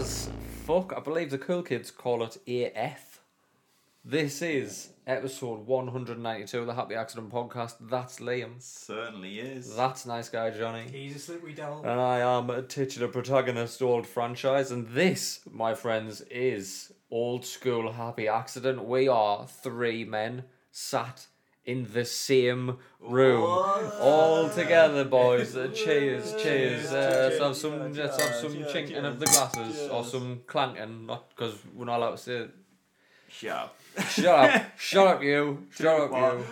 fuck? I believe the cool kids call it AF. This is episode 192 of the Happy Accident Podcast. That's Liam. Certainly is. That's nice guy Johnny. He's a slippery devil. And I am a titular protagonist old franchise. And this, my friends, is old school Happy Accident. We are three men sat in the same room. All together, boys. Uh, cheers, cheers. Uh, Cheers, cheers, let's have cheers, some, let's have some cheers, chinking cheers, of the glasses or cheers. some clanking, not because we're not allowed to say it. Sharp. Shut up! Shut up, you! Shut up, you!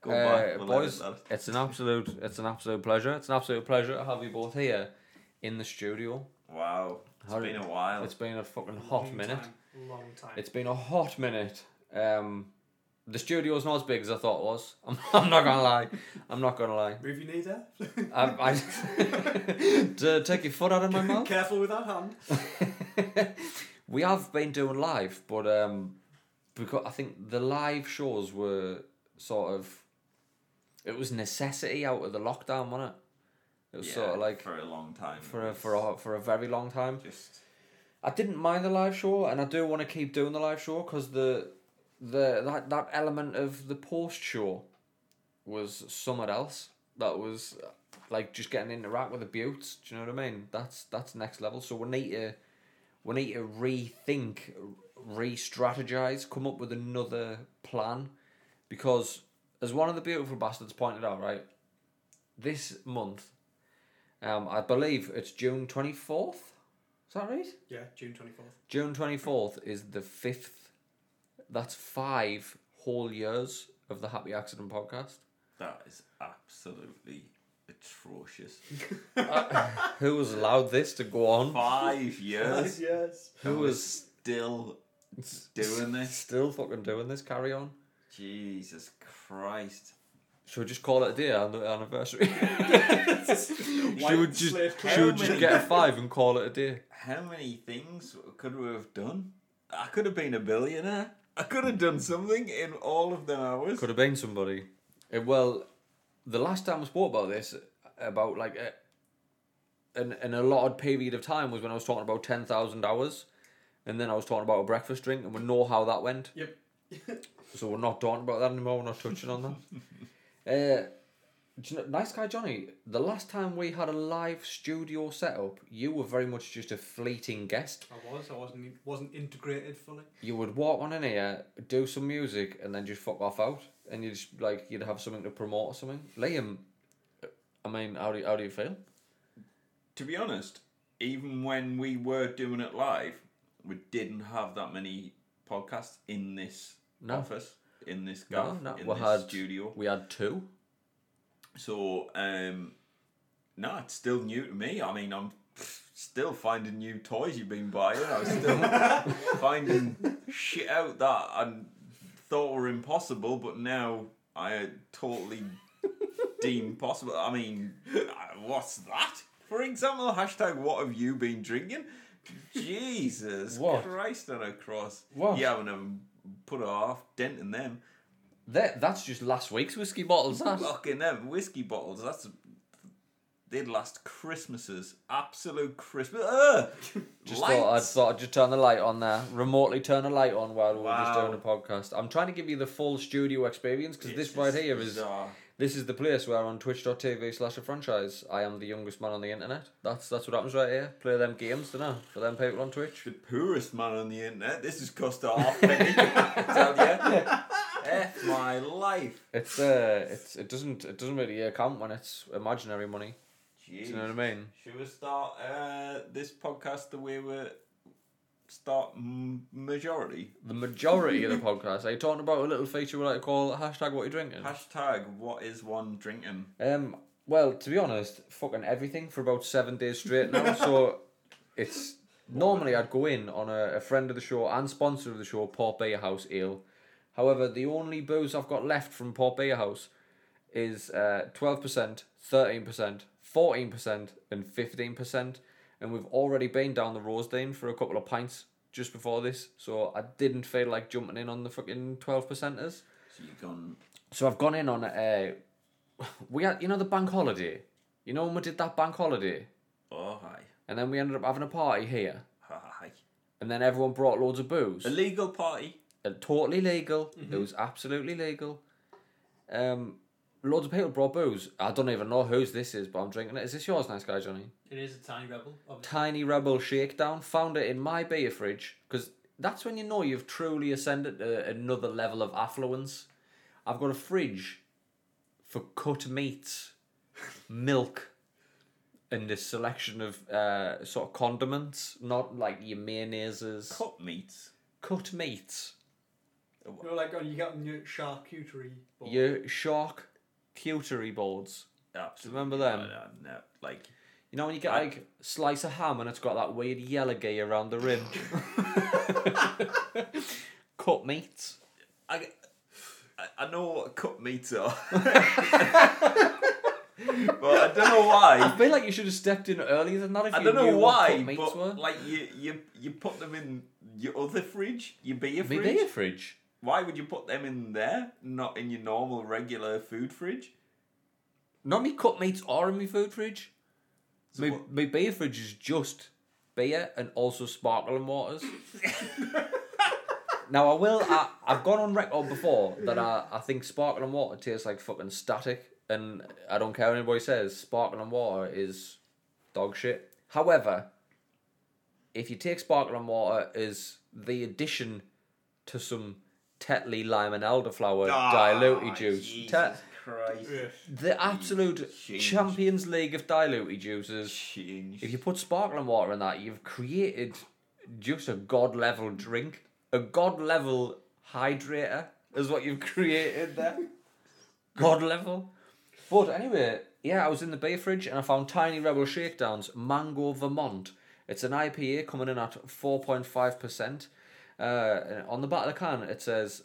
Go Uh, back. We'll boys, edit it's an absolute, it's an absolute pleasure. It's an absolute pleasure to have you both here in the studio. that. Wow. It's How- been a while. It's been a fucking hot Long minute. Time. Long time. It's been a hot minute. Um, the studio's not as big as I thought it was. I'm, I'm not gonna lie. I'm not gonna lie. Move your knee there. I, I to take your foot out of my mouth. Careful with that hand. we have been doing live, but um, because I think the live shows were sort of, it was necessity out of the lockdown, wasn't it? It was Yeah, sort of like for for a long time. for a, for a, for a very long time. just I didn't mind the live show, and I do want to keep doing the live show because the the that that element of the post show was somewhat else. That was uh, like just getting to interact with the buttes. Do you know what I mean? That's that's next level. So we need to we need to rethink, re-strategize, come up with another plan, because as one of the beautiful bastards pointed out, right, this month, um, I believe it's June twenty fourth. Is that right? Yeah, June 24th. June 24th is the fifth. That's five whole years of the Happy Accident podcast. that is absolutely atrocious. Who has allowed this to go on? Five years. yes. Who was still doing this? Still fucking doing this? Carry on. Jesus Christ. Should we just call it a day on the anniversary? White should we just, slave should we cleric. just get a five and call it a day? How many things could we have done? I could have been a billionaire. I could have done something in all of them hours. Could have been somebody. Uh, well, the last time I spoke about this, about like a, an an allotted period of time was when I was talking about ten thousand hours, and then I was talking about a breakfast drink, and we know how that went. Yep. So we're not talking about that anymore. We're not touching on that. uh, do you know- nice guy Johnny. The last time we had a live studio setup, you were very much just a fleeting guest. I was. I wasn't. Wasn't integrated fully. You would walk on in here, do some music, and then just fuck off out. And you just like you'd have something to promote or something. Liam, I mean, how do you, how do you feel? to be honest, even when we were doing it live, we didn't have that many podcasts in this No. office, in this gaff, no, in we this had- studio. We had two. So, um, no, it's still new to me. I mean, I'm still finding new toys you've been buying. I was still finding shit out that I thought were impossible, but now I totally deem possible. I mean, what's that? For example, hashtag what have you been drinking? Jesus What? Christ on a cross. What? You haven't even put a half dent in them. That that's just last week's whiskey bottles. That Fucking them whiskey bottles. That's they'd last Christmases. Absolute Christmas. Ugh! Just thought I'd, Lights. thought I'd just turn the light on there, remotely turn a light on while we're just Wow. doing a podcast. I'm trying to give you the full studio experience because this It's right just here is bizarre. this is the place where on twitch.tv slash a franchise I am the youngest man on the internet. That's that's what happens right here. Play them games, dunno, for them people on Twitch. the poorest man on the internet. This has cost a half penny. tell you. F my life. It's uh it's it doesn't it doesn't really uh, count when it's imaginary money. Do Jeez. you know what I mean? Should we start uh, this podcast the way we start m- majority? The majority of the podcast. Are you talking about a little feature we like to call hashtag what you drinking? Hashtag what is one drinking? Um. Well, to be honest, fucking everything for about seven days straight now. so it's normally I'd go in on a, a friend of the show and sponsor of the show, Port Beer House Ale. However, the only booze I've got left from Port Beer House is uh, twelve percent, thirteen percent, fourteen percent, and fifteen percent. And we've already been down the Rosedane for a couple of pints just before this, so I didn't feel like jumping in on the fucking twelve percenters. So you've gone So I've gone in on a. We had, you know, the bank holiday. You know when we did that bank holiday, oh hi and then we ended up having a party here, hi. and then everyone brought loads of booze. Illegal party. Uh, totally legal. It was absolutely legal. Um, loads of people brought booze. I don't even know whose this is, but I'm drinking it. Is this yours, nice guy Johnny? It is a tiny rebel. Obviously. Tiny Rebel Shakedown. Found it in my beer fridge because that's when you know you've truly ascended to another level of affluence. I've got a fridge for cut meats, milk, and a selection of uh, sort of condiments, not like your mayonnaises. Cut meats. cut meats. You know, like, oh, you got your charcuterie board. Your shark cutery boards. Absolutely. Remember them? No, no, uh, no. Like, You know when you get like slice of ham and it's got that weird yellow gear around the rim. Cut meat. I, I- I know what cut meats are. but I don't know I why. feel like you should have stepped in earlier than that if I you don't knew know what cut why, meats but were. like you, you, you put them in your other fridge, your beer Me fridge. beer fridge. Why would you put them in there, not in your normal regular food fridge? Not me cut meats are in my food fridge. So My, what- my beer fridge is just beer and also sparkling waters. now I will. I, I've gone on record before that I, I think sparkling water tastes like fucking static, and I don't care what anybody says. Sparkling water is dog shit. However, if you take sparkling water as the addition to some Tetley lime and elderflower Ah, diluted juice, Tet- Christ. Yeah. the absolute Change. Champions League of diluted juices. If Change. you put sparkling water in that, you've created just a god level drink, a god level hydrator is what you've created there. god level. But anyway, yeah, I was in the beer fridge and I found Tiny Rebel Shakedowns Mango Vermont. It's an IPA coming in at 4.5%. Uh, and on the back of the can, it says,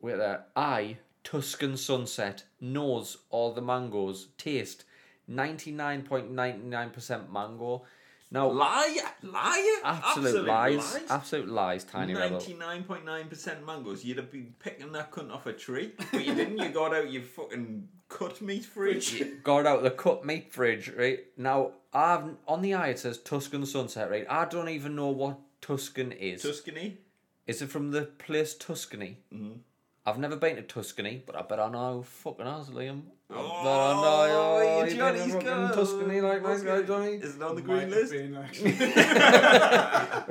wait there, I, Tuscan Sunset, nose all the mangoes, taste 99.99% mango. Now, Liar, liar, absolute, lies, absolute lies, Tiny Rebel. Ninety-nine point nine percent mangoes. You'd have been picking that cunt off a tree, but you didn't. You got out your fucking cut meat fridge. got out the cut meat fridge, right? Now, I've on the eye it says Tuscan Sunset, right? I don't even know what Tuscan is. Tuscany. is it from the place Tuscany? Mm-hmm. I've never been to Tuscany, but I bet I know fucking us, Liam. I bet I Oh, know. Oh, you you been Johnny's to fucking girl. Tuscany like my guy Johnny. Is it on the Might green have list? been, actually.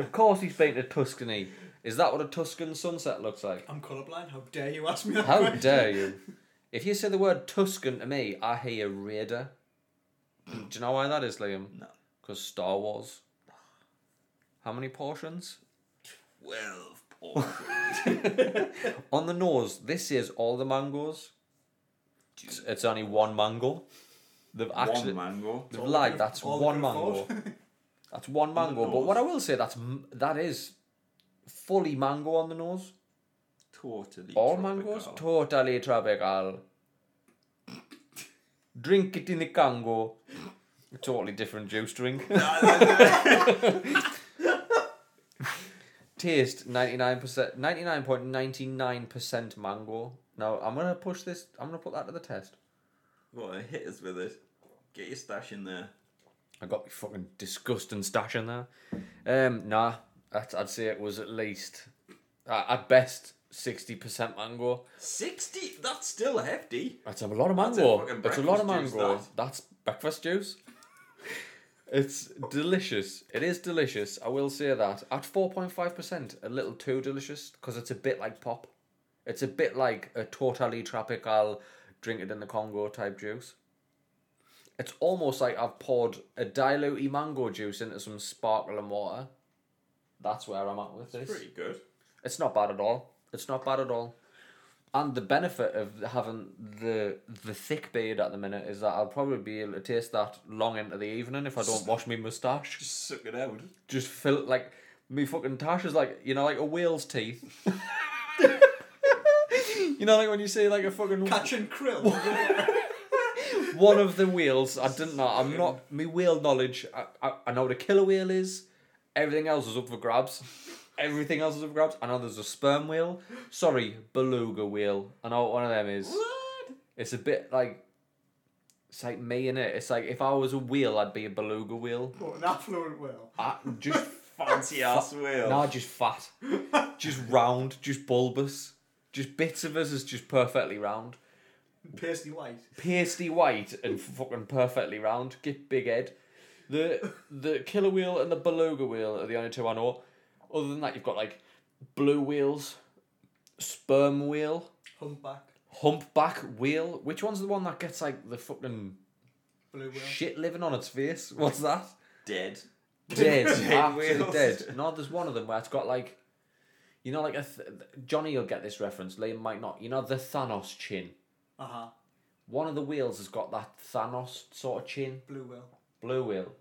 Of course, he's been to Tuscany. Is that what a Tuscan sunset looks like? I'm colourblind. How dare you ask me that How question? dare you? If you say the word Tuscan to me, I hear raider. Do you know why that is, Liam? No. Because Star Wars. How many portions? Twelve. portions. On the nose, this is all the mangoes. It's, it's only one mango. They've actually One mango. they've All lied. they've- That's all they one could mango. afford. That's one mango. But nose. what I will say, that's m- that is fully mango on the nose. Totally. All tropical. mangoes totally tropical. drink it in the Congo. Totally different juice drink. Taste 99%, 99.99% mango. Now, I'm going to push this, I'm going to put that to the test. What hit us with it? Get your stash in there. I got my fucking disgusting stash in there. Um, nah, I'd, I'd say it was at least, uh, at best, 60% mango. Sixty. That's still hefty. That's a lot of That's a mango. fucking That's a, lot of breakfast juice, mango. that. That's breakfast juice. it's delicious. It is delicious. I will say that. At 4.5%, a little too delicious because it's a bit like pop. It's a bit like a totally tropical drink it in the Congo type juice. It's almost like I've poured a dilute mango juice into some sparkling water. That's where I'm at with this. Pretty good. It's not bad at all. It's not bad at all. And the benefit of having the the thick beard at the minute is that I'll probably be able to taste that long into the evening if I don't wash my moustache. Just suck it out. Just fill it like me fucking tash is like you know like a whale's teeth. you know like when you see like a fucking Catch and krill. one of the wheels. I didn't know. I'm not my wheel knowledge. I, I, I know what a killer wheel is. Everything else is up for grabs. Everything else is up for grabs. I know there's a sperm wheel. Sorry, beluga wheel. I know what one of them is. What? It's a bit like. It's like me in it. It's like if I was a wheel, I'd be a beluga wheel. but an affluent will. I, just fancy ass whale. Nah, just fat. just round, just bulbous. Just bits of us is just perfectly round. Pasty white. pasty white and fucking perfectly round. Get big head. The the killer wheel and the beluga wheel are the only two I know. Other than that, you've got like blue wheels, sperm wheel, Humpback. humpback wheel. Which one's the one that gets like the fucking Blue whale. shit living on its face? What's that? Dead. Dead, Dead absolutely wheels. dead. No, there's one of them where it's got like, you know, like a th- Johnny. You'll get this reference. Liam might not. You know the Thanos chin. Uh huh. One of the wheels has got that Thanos sort of chin. Blue whale. blue wheel.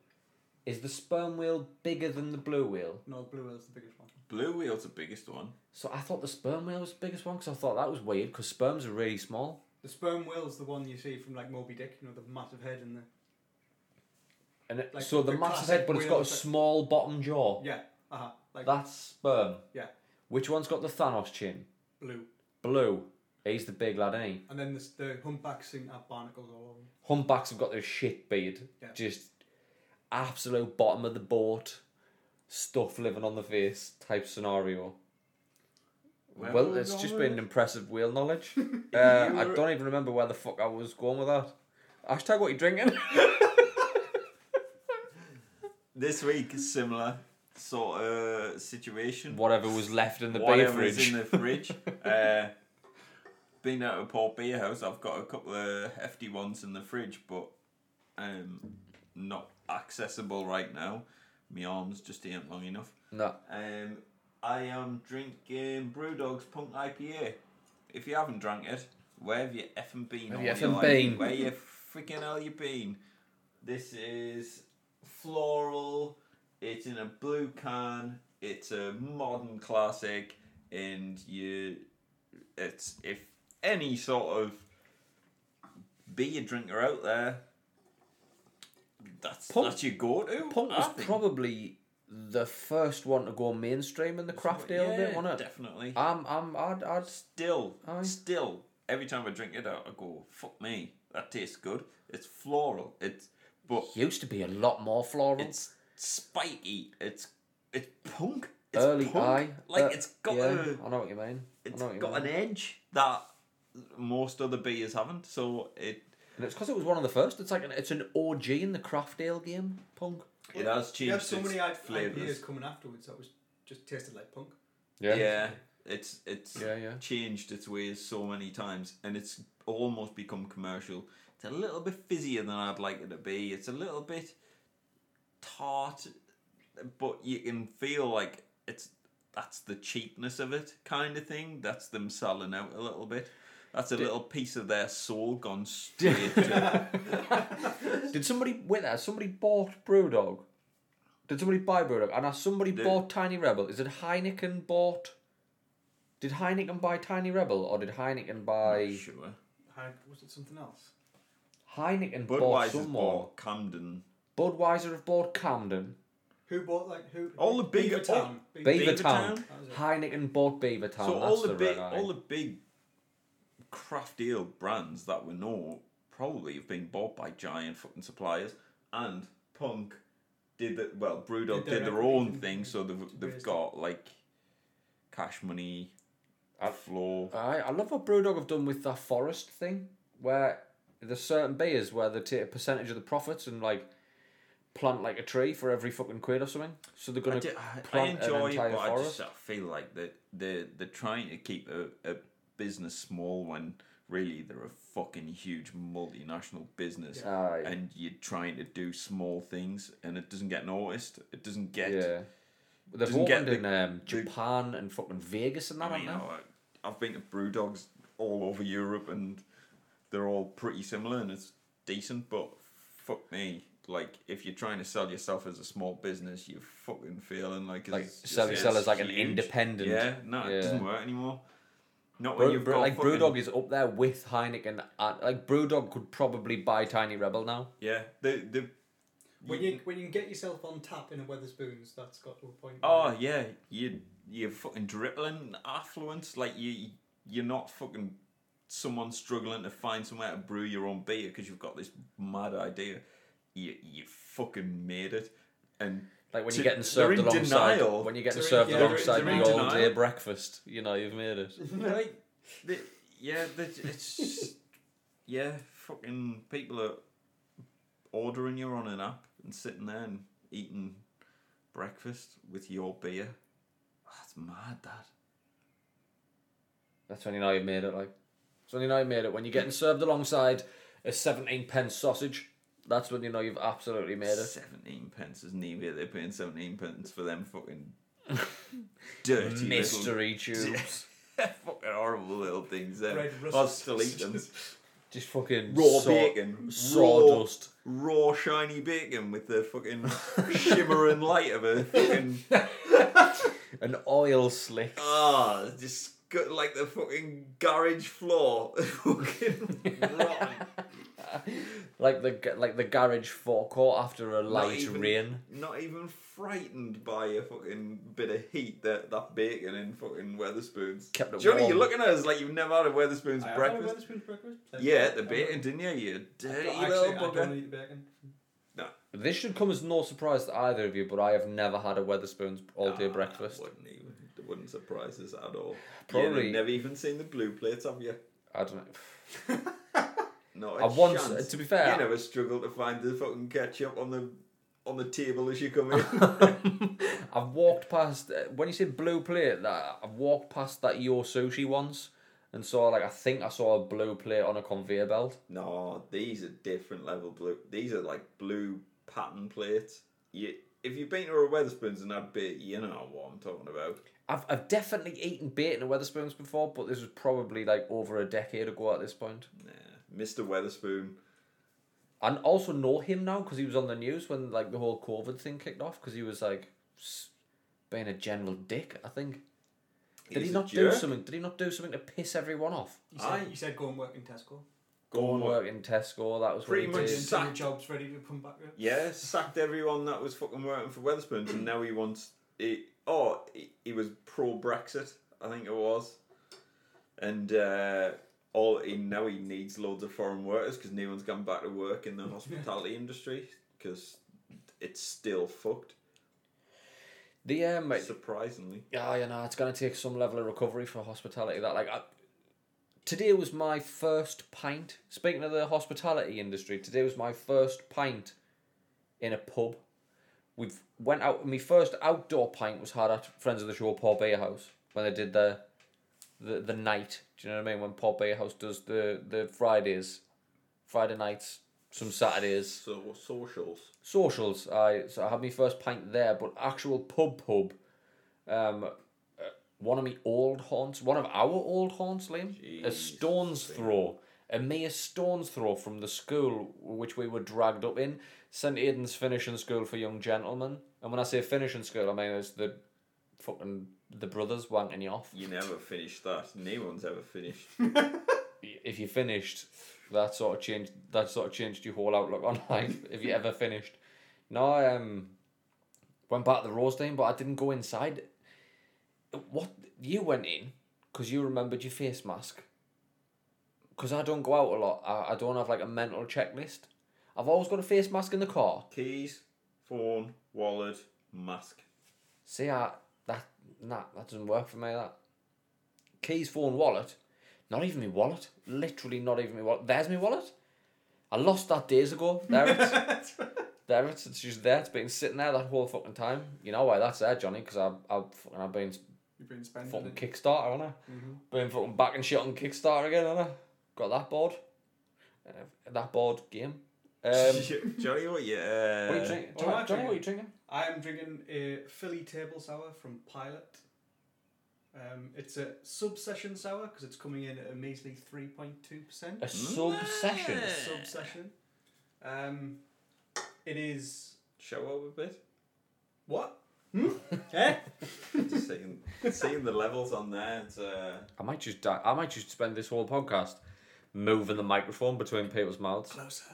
Is the sperm wheel bigger than the blue wheel? No, the blue whale's the biggest one. Blue whale's the biggest one. So I thought the sperm wheel was the biggest one because I thought that was weird because sperms are really small. The sperm whale's the one you see from like Moby Dick, you know, the massive head and the. And it, Like so the the massive classic head, but it's got wheel a that- small bottom jaw. Yeah, uh huh. Like That's sperm. Yeah. Which one's got the Thanos chin? blue. Blue. He's the big lad, ain't he? And then the, the humpbacks seem to have barnacles all over them. Humpbacks have got their shit beard. Yeah. Just absolute bottom of the boat stuff living on the face type scenario. Where well, were it's we just going with been an impressive wheel knowledge. uh, I were- don't even remember where the fuck I was going with that. Hashtag what you drinking? This week is similar sort of situation. Whatever was left in the beer Whatever is fridge. in the fridge. uh, been out of Port Beer House. I've got a couple of hefty ones in the fridge, but um, not accessible right now. My arms just ain't long enough. no. Um, I am drinking Brewdog's Punk IPA. If you haven't drank it, where have you effing been? Have all you your effing life? been? Where you freaking hell you been? This is floral. It's in a blue can. It's a modern classic, and you, it's if any sort of beer drinker out there, that's Punk- that's your go-to. Punk I was think. probably the first one to go mainstream in the craft ale Yeah, bit, wasn't it? Definitely. I'm, I'm, I'd, I'd, Still, Aye. still, every time I drink it, I, I go, "Fuck me, that tastes good." It's floral. It's but used to be a lot more floral. it's spiky. It's it's punk. It's Early punk. eye. Like uh, it's got yeah, a I know what you mean. it's I know what you got mean. an edge that most other beers haven't. So it And it's because it was one of the first. It's like an, it's an OG in the craft ale game, punk. it has changed You had so many its I- flavors. ideas coming afterwards that was just tasted like punk. Yeah, it's it's Yeah, yeah. changed its ways so many times, and it's almost become commercial. It's a little bit fizzier than I'd like it to be. It's a little bit tart, but you can feel like it's that's the cheapness of it, kind of thing. That's them selling out a little bit. That's a little piece of their soul gone straight. to, Did somebody wait there? Somebody bought Brewdog. Did somebody buy Brewdog? And has somebody Did- bought Tiny Rebel? Is it Heineken bought? Did Heineken buy Tiny Rebel or did Heineken buy sure. How, was it something else? Heineken bought Budweiser's someone? bought Camden. Budweiser have bought Camden, Who bought like who? All the big- Beaver Town. Beaver, Beavertown. Town. That was it. Heineken bought Beaver Town. So That's all the, red big, eye. all the big craft ale brands that we know probably have been bought by giant fucking suppliers. And Punk did the well, Brewdog Did their did their own own thing. thing, so they've they've Raised got like cash money, I- floor. I, I love what Brewdog have done with that forest thing, where there's certain beers where they take a percentage of the profits and like plant like a tree for every fucking quid or something. So they're I, gonna di- I- I plant enjoy an it, entire but I forest. just I feel like that they're, they're trying to keep a, a business small when really they're a fucking huge multinational business. Aye. and you're trying to do small things and it doesn't get noticed. It doesn't get. yeah. They've Doesn't get opened in um, Japan and fucking Vegas and that. I haven't mean, oh, they? I, I've been to brew dogs all over Europe and they're all pretty similar and it's decent, but fuck me. Like, if you're trying to sell yourself as a small business, you're fucking feeling like like it's- sell it's yourself as like an huge. independent. Yeah, no, Yeah. it doesn't work anymore. Not when Brew, you've Brew- got like fucking- Brewdog is up there with Heineken. At, like Brewdog could probably buy Tiny Rebel now. Yeah, the the. When you when you can get yourself on tap in a Weatherspoons, that's got to a point. Oh yeah, you you're fucking dribbling affluence. Like you you're not fucking someone struggling to find somewhere to brew your own beer because you've got this mad idea. You you fucking made it, and Like when To- you're getting they're served in alongside, denial. when you're getting They're in- served yeah, they're- alongside they're in the all denial. day breakfast, you know you've made it. like, the, yeah, the, it's just- yeah, fucking people are ordering you on an app and sitting there and eating breakfast with your beer. That's mad, that. That's when you know you've made it. Like, that's when you know you've made it. When you're getting served alongside a seventeen pence sausage, that's when you know you've absolutely made it. Seventeen pence isn't even they're paying seventeen pence for them fucking dirty little Mystery tube, fucking horrible little things. Them. Bread rusks. I'll still eat them. just fucking Raw saw- bacon, sawdust. raw, raw shiny bacon with the fucking shimmering light of a fucking an oil slick. ah, just got like the fucking garage floor, fucking rotten. Like the ga- like the garage forecourt after a light even- rain. Not even frightened by a fucking bit of heat that that bacon in fucking Weatherspoons. Kept it Johnny, warm. you're looking at us like you've never had a Weatherspoons I have had a breakfast. Wetherspoon's breakfast. Yeah, the I'm- bacon, didn't you? You dirty Actually, little I don't bugger. eat the bacon. This should come as no surprise to either of you, but I have never had a Weatherspoons all day Nah, breakfast. Wouldn't even, it wouldn't surprise us at all. Probably- You've never even seen the blue plates, have you? I don't know. No, I it's once- uh, chance. to be fair, I- you never struggle to find the fucking ketchup on the on the table as you come in. I've walked past when you say blue plate. That I've walked past that your sushi once, and saw like I think I saw a blue plate on a conveyor belt. No, these are different level blue. These are like blue pattern plates. You, if you've been to a Weatherspoons and had beer, you know what I'm talking about. I've I've definitely eaten bait in a Weatherspoons before, but this was probably like over a decade ago at this point. Nah, Mr. Weatherspoon. And also know him now because he was on the news when like the whole COVID thing kicked off because he was like s- being a general dick. I think did he's he a not jerk. do something? Did he not do something to piss everyone off? You said, Aye. you said go and work in Tesco. Go and work in Tesco. That was Pretty what much he so. did. Your Sacked. job's ready to come back. up. Yeah, sacked everyone that was fucking working for Weatherspoons, and now he wants. He, oh, he, he was pro Brexit, I think it was, and uh, all he now he needs loads of foreign workers because no one's gone back to work in the hospitality industry because it's still fucked. The um, Surprisingly, Yeah, you know, it's going to take some level of recovery for hospitality. That like, I, today was my first pint. Speaking of the hospitality industry, today was my first pint in a pub. We've went out. My first outdoor pint was had at friends of the show Paul Beer House when they did the, the the night. Do you know what I mean? When Paul Beer House does the the Fridays, Friday nights, some Saturdays so socials. socials. I so I had my first pint there, but actual pub pub. Um, uh, one of my old haunts, one of our old haunts, Liam, a Jesus, stone's throw, a mere stone's throw from the school which we were dragged up in, St Aidan's finishing school for young gentlemen. And when I say finishing school, I mean it's the fucking the brothers wanking you off. You never finished that. No one's ever finished. If you finished, that sort of changed. That sort of changed your whole outlook on life. if you ever finished, no, I um, went back to the Rosedale, but I didn't go inside. What you went in because you remembered your face mask. Because I don't go out a lot. I, I don't have like a mental checklist. I've always got a face mask in the car. Keys, phone, wallet, mask. See, I, that nah, that doesn't work for me. That keys, phone, wallet, not even my wallet. Literally, not even my wallet. There's my wallet. I lost that days ago. There it's there it's, it's just there. It's been sitting there that whole fucking time. You know why that's there, Johnny? Because I I fucking I've been You've been spending fucking it. Kickstarter on it. Mm-hmm. Been fucking back and shit on Kickstarter again, haven't I? Got that board. Uh, that board game. Um, what Johnny, what you? Uh, are you drinking? what am Johnny, I Johnny, what are you drinking? I am drinking a Philly table sour from Pilot. Um, it's a sub-session sour because it's coming in at a measly 3.2%. A sub session. Sub-session. Um, it is... Show up a bit. What? Hmm? eh? Just seeing, seeing the levels on there. It's, uh, I might just di- I might just spend this whole podcast moving the microphone between people's mouths. Closer.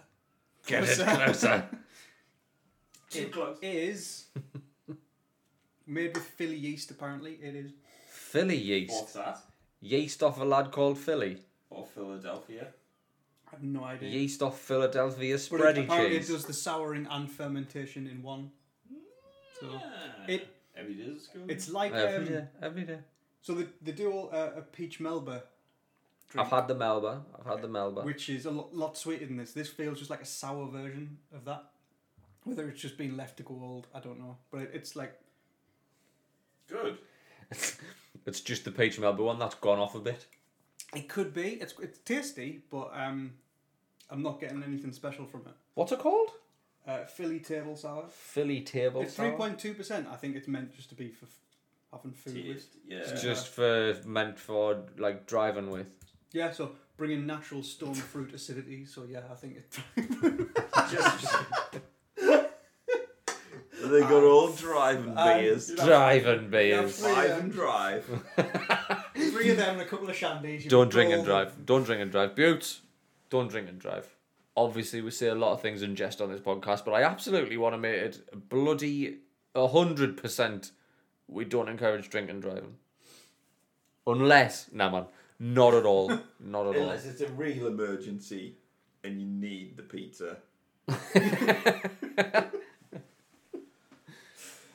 Get it Closer. closer. It is made with Philly yeast, apparently. It is. Philly yeast. that? Yeast off a lad called Philly. Or Philadelphia. I have no idea. Yeast off Philadelphia But it, spready apparently cheese. it does the souring and fermentation in one. So It- every day is good. it's like Every um, day, every day. so they, they do all uh, a peach melba, I've had the Melba. I've had the Melba. which is a lo- lot sweeter than this. This feels just like a sour version of that. Whether it's just been left to go old, I don't know. But it, it's like good. It's just the peach Melba one that's gone off a bit. it could be. It's it's tasty, but um, I'm not getting anything special from it. What's it called? Uh, Philly table sour. Philly table. It's sour? three point two percent. I think it's meant just to be for f- having food with. Taste, yeah. It's just for meant for like driving with. Yeah, so bringing natural stone fruit acidity. So yeah, I think it. Just- they Ah. got all driving Um, beers. That's- Driving beers. that's- Drive and drive. Three of them and a couple of shandies. you Don't drink Um, and roll them. drive. Don't drink and drive. Buttes. Don't drink and drive. Obviously, we say a lot of things in jest on this podcast, but I absolutely want to make it bloody hundred percent. We don't encourage drinking and driving. Unless, nah, man, not at all, not at all. Unless it's a real emergency and you need the pizza.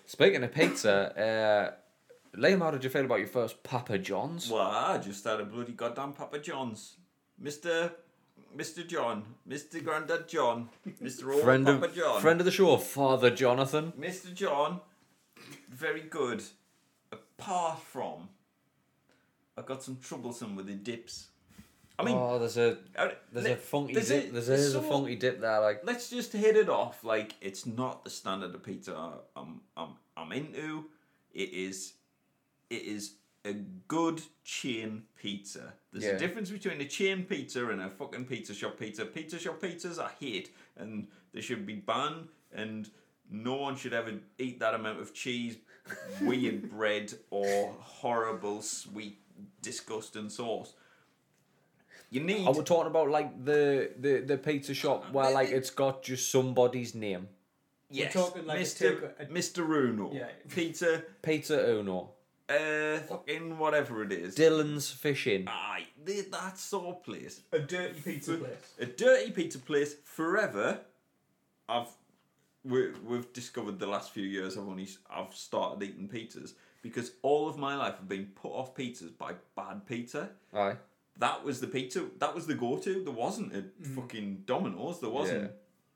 Speaking of pizza, uh, Liam, how did you feel about your first Papa John's? Well, I just had a bloody goddamn Papa John's. Mr. Mr. John. Mr. Grandad John. Mr. Old friend Papa of John. friend of the show, Father Jonathan. Mr. John. Very good. Apart from, I got some troublesome with the dips. I mean, oh, there's a uh, there's a let- funky there's dip. a- there's there's there's a so- funky dip there, like let's just hit it off. Like it's not the standard of pizza I- I'm I'm I'm into. It is it is a good chain pizza. There's Yeah. a difference between a chain pizza and a fucking pizza shop pizza. Pizza shop pizzas I hate and they should be banned and no one should ever eat that amount of cheese, weird bread or horrible sweet disgusting sauce. You need I was talking about like the the, the pizza shop where they- like they- it's got just somebody's name. yes, talking like a Mr. take- a- Mr. Uno. Yeah. Pizza Pizza Uno, Uh, fucking whatever it is. Dylan's fishing. Aye, th- that sort of place. A dirty pizza place. A dirty pizza place forever. I've we, we've discovered the last few years. I've only s- I've started eating pizzas because all of my life I've been put off pizzas by bad pizza. Aye, That was the pizza. That was the go-to. There wasn't a Mm. fucking Domino's. There wasn't. Yeah.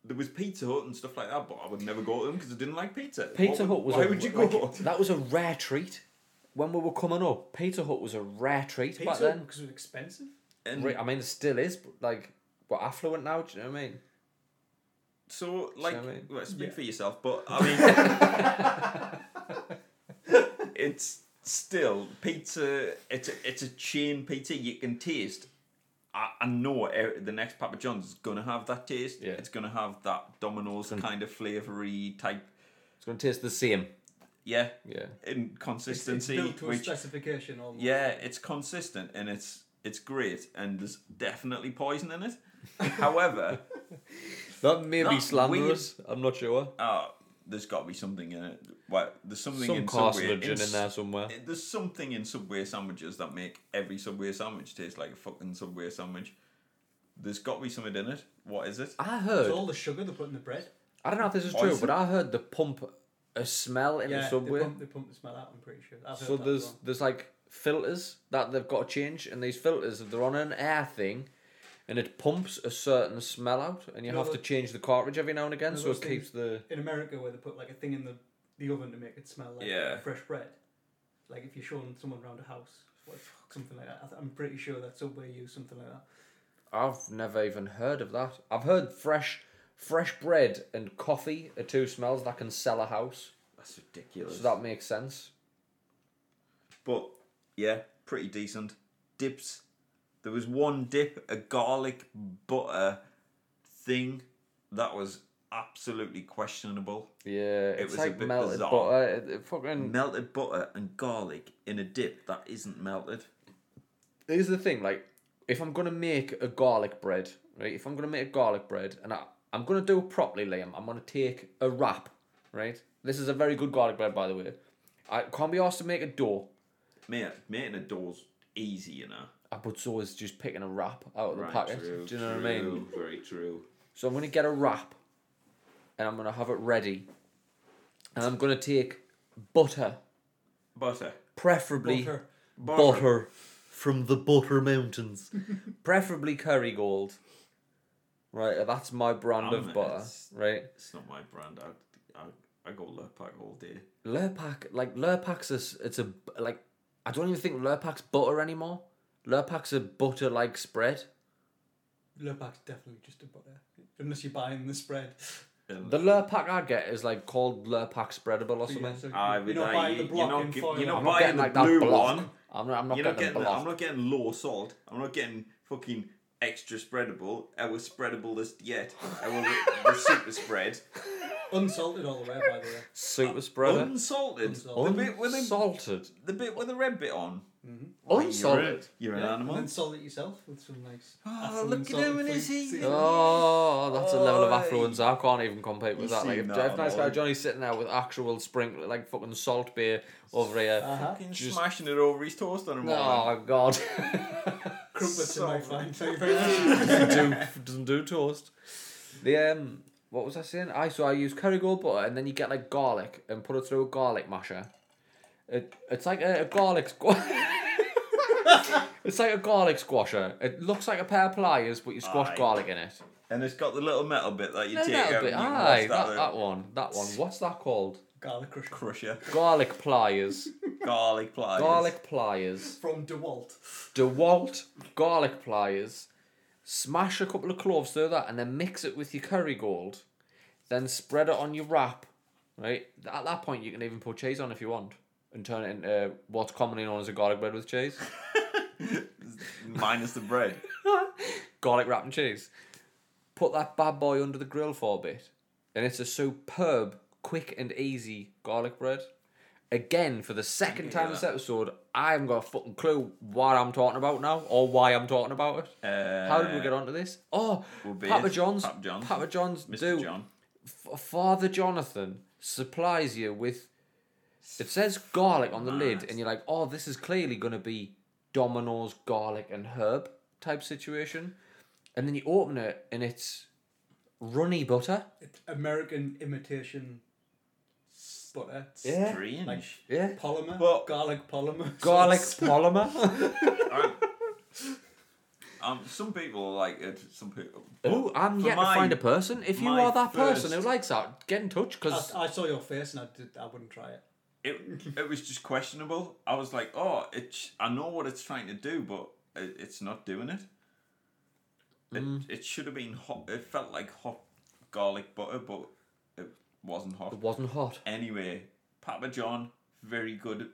There was Pizza Hut and stuff like that, but I would never go to them because I didn't like pizza. Pizza What Hut was. Why a, would you go? like, That was a rare treat. When we were coming up, Pizza Hut was a rare treat back Pizza then. because it was expensive. And Re- I mean, it still is, but like we're affluent now. Do you know what I mean? So, like, I mean? well, speak Yeah. for yourself, but I mean, it's still pizza. It's a, it's a chain pizza. You can taste. I, I know e- the next Papa John's is gonna have that taste. Yeah. It's gonna have that Domino's kind of flavoury type. It's gonna taste the same. Yeah, Yeah. in It's, consistency, built to a which specification almost. yeah, it's consistent and it's it's great and there's definitely poison in it. However, That may be Not slanderous. I'm not sure. oh, there's got to be something in it. Well, there's something Some in Subway. carcinogen in, s- there somewhere. it- There's something in Subway sandwiches that make every Subway sandwich taste like a fucking Subway sandwich. There's got to be something in it. What is it? I It's heard. all the sugar they put in the bread. I don't know if this is true, Poison? but I heard the pump a smell in yeah, the subway. They, pump, they pump the smell out. I'm pretty sure. I've heard So that there's as well. there's like filters that they've got to change, and these filters they're on an air thing, and it pumps a certain smell out, and you No, have to but- change the cartridge every now and again, No, so those it keeps the. in America where they put like a thing in the, the oven to make it smell like Yeah. fresh bread. Like if you're showing someone around a house, what, something like that. I th- I'm pretty sure that Subway used something like that. I've never even heard of that. I've heard fresh, fresh bread and coffee are two smells that can sell a house, That's ridiculous. so that makes sense. But yeah, pretty decent dips. There was one dip, a garlic butter thing, that was absolutely questionable. Yeah, it's was a like bit melted bizarre. butter. It, it fucking Melted butter and garlic in a dip that isn't melted. here's the thing like if i'm gonna make a garlic bread right if i'm gonna make a garlic bread and I, i'm gonna do it properly liam i'm gonna take a wrap right this is a very good garlic bread by the way i can't be asked to make a dough Mate, making a door's easy, you know. uh, but so is just picking a wrap out of the packet do you know what i mean Very true. so i'm gonna get a wrap and i'm gonna have it ready and I'm gonna take butter, Butter. preferably Butter. butter, from the Butter Mountains, preferably Kerrygold. Right, that's my brand Um, of butter. it's- Right, It's not my brand. I, I, I go Lurpak all day. Lurpak, like Lurpak's, a, s- it's a b- like I don't even think Lurpak's butter anymore. Lurpak's a butter like spread. Lurpak's definitely just a butter, unless you're buying the spread. And The Lurpak I get is like called Lurpak spreadable or something. Yeah, so Ah, I you're would not like- buying the you're block not in gi- foil. you're not I'm buying- not getting the like that blue block. one. I'm not. I'm not you're not getting, getting. the I'm block. not getting low salt. I'm not getting fucking extra spreadable. Our spreadablest yet. Our the super spread. Unsalted all the way, by the way. Super spreader. Unsalted. Unsalted. The bit with the, Unsalted. the bit with the red bit on. Unsalted. You're an Yeah, animal. And then salt it yourself with some nice. Oh, Athlon look at salted him and fruit his ears. seasoning. Oh, that's a level of Oi. affluence I can't even compete with You that. Like, seen if that Jeff Nice Guy online? Johnny's sitting there with actual sprinkler, like fucking salt beer over here. Uh-huh. Fucking Just- smashing it over his toast on him. all Oh God! Crumpets in my Salt. fine. Thank you very much. do, doesn't do toast. The um, what was I saying? I so I use Kerrygold butter, and then you get like garlic and put it through a garlic masher. It it's like a, a garlic squash. it's like a garlic squasher. It looks like a pair of pliers, but you squash Aye. garlic in it. And it's got the little metal bit that you No, take that'll out. be and you can aye. wash That, that, that out. one, that one. What's that called? Garlic crusher crusher. Garlic pliers. Garlic pliers. Garlic pliers. from Dewalt. DeWalt garlic pliers, smash a couple of cloves through that, and then mix it with your curry gold. Then spread it on your wrap. Right at that point, you can even put cheese on if you want, and turn it into what's commonly known as a garlic bread with cheese, Minus the bread. garlic wrap and cheese. Put that bad boy under the grill for a bit, and it's a superb, quick and easy garlic bread. Again, for the second time this episode, I haven't got a fucking clue what I'm talking about now or why I'm talking about it. Uh, How did we get onto this? Oh, Well, beers. Papa John's. Papa John's. Papa John's. Mr. Do John. F- Father Jonathan supplies you with. It says garlic on the lid, and you're like, oh, this is clearly going to be Domino's garlic and herb type situation. And then you open it, and it's runny butter. American imitation butter. Yeah. Strange. Like Yeah. polymer. But- garlic polymer. Garlic sauce. polymer. Um, um, some people like it. Some people. Ooh, I'm For yet my- to find a person. If you my are that person first- who likes that, get in touch because I, I saw your face and I did. I wouldn't try it. It, it was just questionable. I was like, oh, it's. I know what it's trying to do, but it, it's not doing it. It, Mm. it should have been hot. It felt like hot garlic butter, but it wasn't hot. it wasn't hot. Anyway, Papa John, very good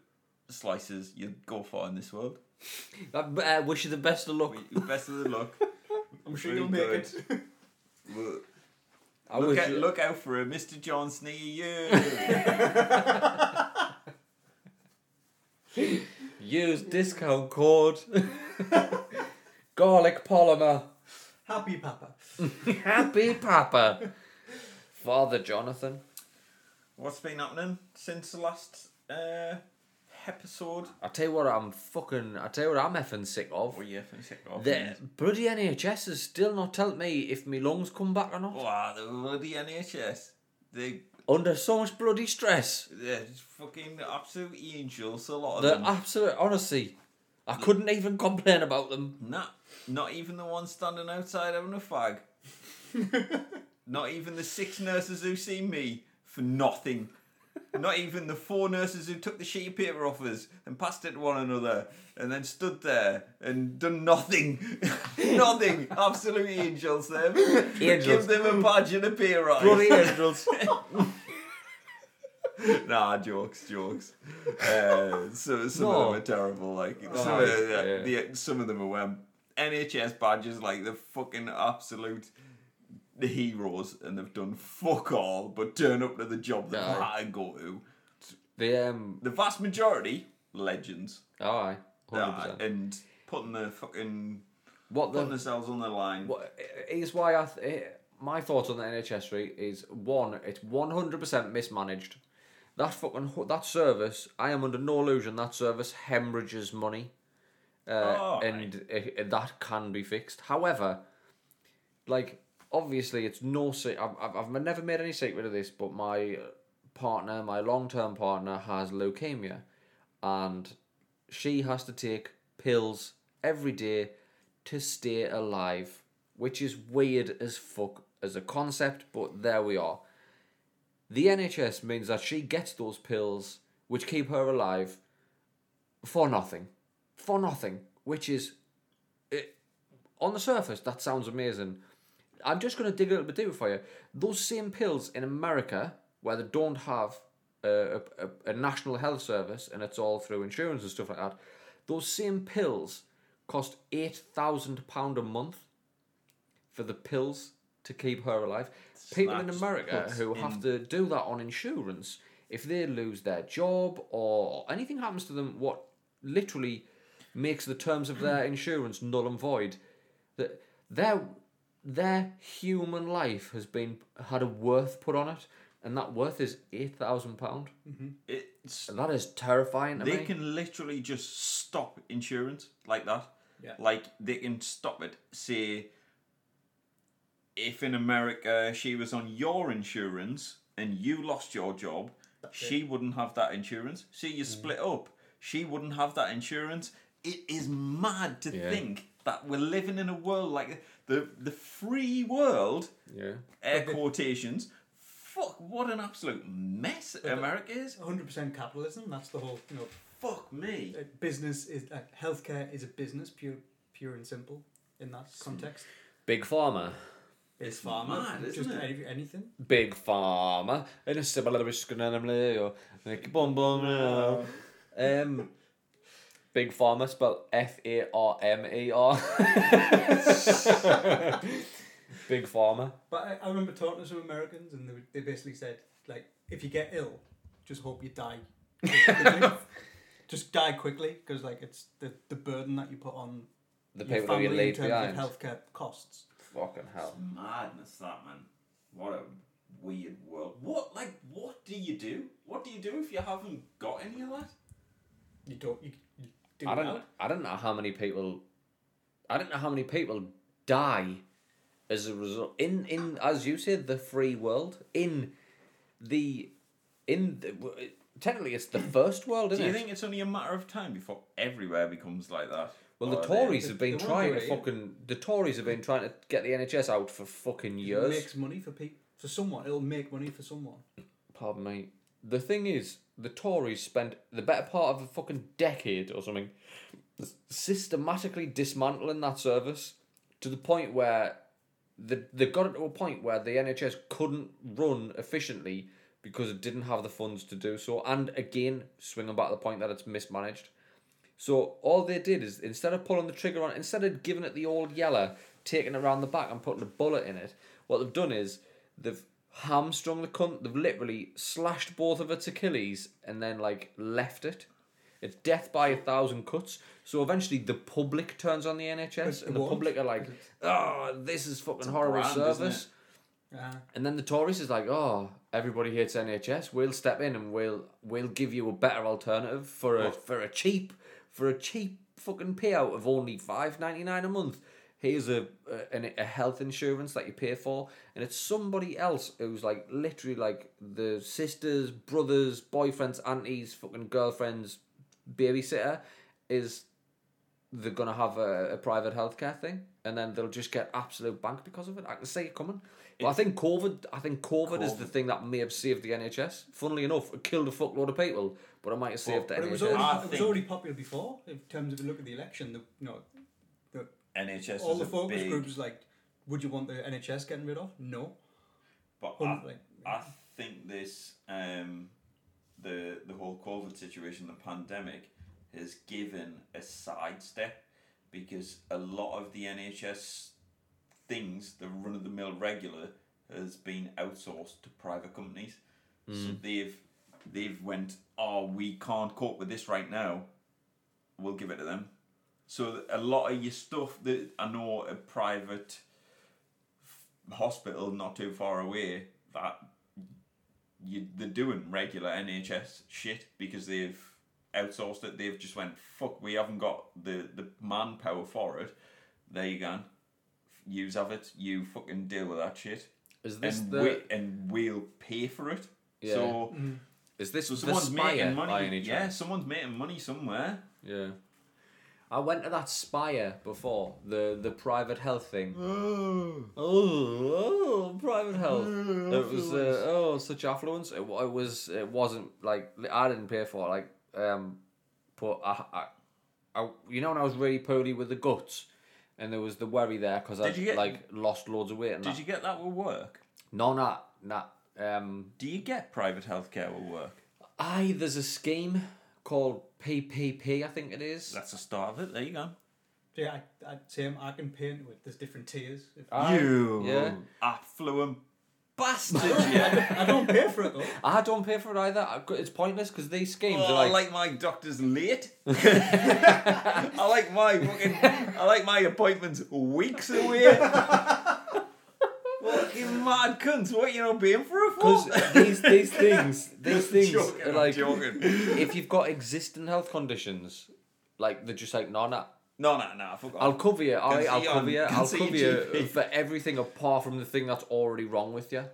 slices. You'd go far in this world. I uh, wish you the best of luck. We- Best of the luck. I'm sure Very you'll make good. it. Look, I wish out, you- look out for a Mr. John's near you. Use discount code Garlic Polymer. Happy Papa. Happy Papa. Father Jonathan. What's been happening since the last uh, episode? I tell you what, I'm fucking. I tell you what, I'm effing sick of. Oh yeah, for a second. Oh, The yes. bloody NHS is still not telling me if my lungs come back or not. Wow, the bloody NHS. They, Under so much bloody stress. they're just fucking absolute angels, a lot of The them. absolute. Honestly, I couldn't even complain about them. Nah, not even the one standing outside having a fag. not even the six nurses who see me for nothing. Not even the four nurses who took the sheet of paper off us and passed it to one another and then stood there and done nothing. nothing. Absolute angels, them. Give Angels. them a badge and a pay rise. Bloody angels. nah, jokes, jokes. Uh, so some No. of them are terrible. Like some, Oh, of the, yeah. the- some of them are wearing NHS badges, like the fucking absolute heroes, and they've done fuck all but turn up to the job that Aye. they had to go to. The um. The vast majority legends, Alright. uh, 100%. and putting their fucking What the putting themselves on the line. What is why I th- eh, my thoughts on the NHS rate is one, it's one hundred percent mismanaged. That fucking ho- that service, I am under no illusion that service hemorrhages money, uh, Oh, and eh, eh, that can be fixed. However, like obviously it's no se- I've, I've I've never made any secret of this, but my uh, partner, my long term partner, has leukemia, and she has to take pills every day to stay alive, which is weird as fuck as a concept, but there we are. The NHS means that she gets those pills which keep her alive for nothing. For nothing. Which is. It, on the surface, that sounds amazing. I'm just going to dig a little bit deeper for you. Those same pills in America, where they don't have a, a, a national health service and it's all through insurance and stuff like that, those same pills cost £8,000 a month for the pills to keep her alive. People in Slaps America puts who have in- to do that on insurance, if they lose their job or anything happens to them, what literally makes the terms of their insurance null and void, that their their human life has been had a worth put on it, and that worth is eight thousand pound, It's and that is terrifying to they me. can literally just stop insurance like that. Yeah. Like they can stop it. Say, if in America she was on your insurance and you lost your job, she wouldn't have that insurance. See, you split up, she wouldn't have that insurance. It is mad to Yeah. think that we're living in a world like the the free world yeah, air quotations. Fuck! What an absolute mess America is. 100% capitalism. That's the whole, you know, Fuck me. uh, business is uh, healthcare is a business, pure, pure and simple. In that context, big farmer, it's pharma, mad, isn't just it? any- anything. big farmer, and a similar risk or like bum bum. uh, Um, big farmer spelled F A R M E R. Big farmer. But I, I remember talking to some Americans, and they, were- they basically said, like, if you get ill, just hope you die. quickly. just die quickly, because like it's the, the burden that you put on The your people who family you in leave terms behind. of healthcare costs. Fucking hell. Madness, that man. What a weird world. What, like, what do you do? What do you do if you haven't got any of that? You don't. You, you do I it don't. out. I don't know how many people. I don't know how many people die as a result in in as you said the free world in the in the, w- technically it's the first world, Do isn't you it? think it's only a matter of time before everywhere becomes like that? well, the Or Tories Oh, They- have been they won't trying do to it, yeah. fucking the Tories have been trying to get the NHS out for fucking years. It makes money for people. For someone, it'll make money for someone. Pardon me. The thing is, the Tories spent the better part of a fucking decade or something systematically dismantling that service to the point where the, they got it to a point where the NHS couldn't run efficiently because it didn't have the funds to do so. And again, swinging back to the point that it's mismanaged. So all they did is instead of pulling the trigger on, instead of giving it the old yeller, taking it around the back and putting a bullet in it, what they've done is they've hamstrung the cunt. They've literally slashed both of its Achilles and then like left it. It's death by a thousand cuts. So eventually, the public turns on the NHS, But and the they won't. public are like, "Oh, this is fucking horrible brand, isn't service." it? Uh, And then the Tories is like, "Oh, everybody hates NHS. We'll step in and we'll we'll give you a better alternative for a for a cheap for a cheap fucking payout of only five ninety nine a month. Here's a, a an- a health insurance that you pay for, and it's somebody else who's like literally like the sisters, brothers, boyfriends, aunties, fucking girlfriends, babysitter is they're gonna have a, a private healthcare thing, and then they'll just get absolute bank because of it. I can see it coming. Well, I think COVID. I think COVID, is the COVID. thing that may have saved the NHS. Funnily enough, it killed a fuckload of people, but it might have saved but the it was NHS. already, I it was think- already popular before. In terms of a look at the election, the, you know, the, NHS all is the a focus big- groups like, would you want the NHS getting rid of? No. But I, Hundred- I think this, um, the the whole COVID situation, the pandemic, has given a sidestep because a lot of the NHS things, the run of the mill regular, has been outsourced to private companies. So they've they've went, oh, we can't cope with this right now. We'll give it to them. So a lot of your stuff that I know a private hospital not too far away that you, they're doing regular NHS shit because they've outsourced it. They've just went fuck. We haven't got the the manpower for it. There you go. Use have it. You fucking deal with that shit. Is this And the we and we'll pay for it. Yeah. So, Mm. is this so was someone's making money. by any yeah, chance? someone's making money somewhere. Yeah. I went to that Spire before the the private health thing. Oh, oh, private health. it was uh, oh such affluence. It, wa- it was it wasn't like I didn't pay for it. Like um, but I, I, I you know when I was really poorly with the guts, and there was the worry there because I Did you get- like lost loads of weight. And Did that. you get that with work? No, nah, nah. Um, Do you get private healthcare with work? aye, there's a scheme called PPP. I think it is. That's the start of it. There you go. Yeah, I, I, same. I can paint with. There's different tiers. If, Ah. Aye, you yeah. affluent bastard. I don't pay for it though. I don't pay for it either. I- It's pointless because these schemes are Oh, like, I like my doctors late. I like my fucking, I like my appointments weeks away. fucking mad cunts, what you know being for a fool? because these these things these things Joking, are I'm like joking. if you've got existing health conditions, like they're just like no, no, No, no, no, fuck I'll off. cover you. I'll, Can I'll see cover on- you. can I'll see cover GP. you for everything apart from the thing that's already wrong with you.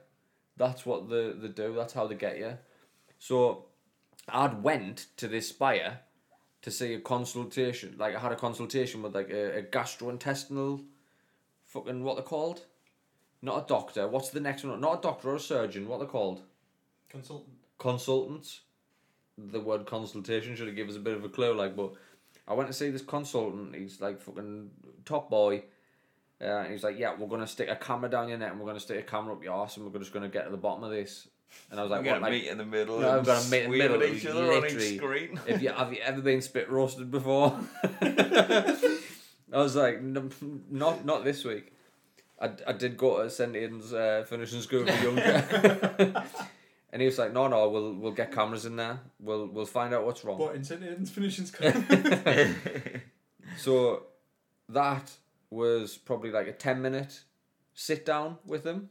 That's what the they do. That's how they get you. So, I'd went to this buyer to see a consultation. Like I had a consultation with like a, a gastrointestinal, fucking what they're called, not a doctor. What's the next one? Not a doctor or a surgeon. What they're called? Consultant. consultants. The word consultation should have given us a bit of a clue, like, but I went to see this consultant. He's like fucking top boy. Uh, and he's like, yeah, we're gonna stick a camera down your neck, and we're gonna stick a camera up your ass, and we're just gonna get to the bottom of this. And I was like, We're what? gonna Like, meet in the middle. No, and we're gonna meet in the swear at middle, each other on each literally. screen. if you have you ever been spit roasted before? I was like, "N- not not this week. I, I did go to St Aidan's uh, finishing school for younger, and he was like, no, no, we'll we'll get cameras in there. We'll we'll find out what's wrong. But in St. Aidan's finishing school. So that was probably like a 10 minute sit down with him.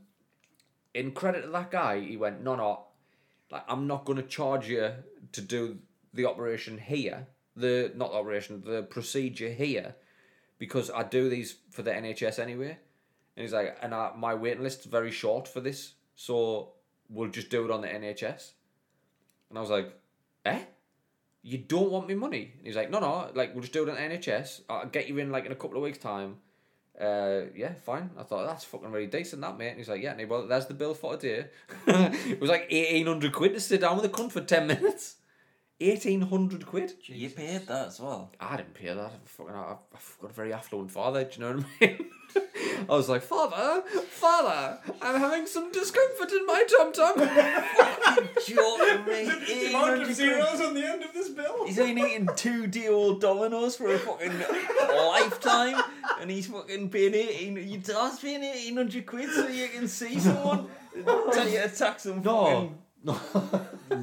In credit to that guy, he went, No, no, like, I'm not going to charge you to do the operation here, the not the operation, the procedure here, because I do these for the NHS anyway. And he's like, And I, my waiting list's very short for this, so we'll just do it on the NHS. And I was like, Eh? you don't want me money. And he's like, no, no, like we'll just do it on NHS. I'll get you in like in a couple of weeks' time. Uh, yeah, fine. I thought that's fucking really decent, that mate. And he's like, yeah, mate, well, there's the bill for today. it was like eighteen hundred quid to sit down with a cunt for ten minutes. Eighteen hundred quid. you paid that as well. I didn't pay that. Fucking, I- I've got a very affluent father. Do you know what I mean? I was like, father, father, I'm having some discomfort in my tum tum. Joking me. the amount of zeros on the end of this bill. He's only eating two deal old Dominoes for a fucking lifetime, and he's fucking paying eighteen. You does paying eighteen hundred quid so you can see someone. Tell you to tax some No, fucking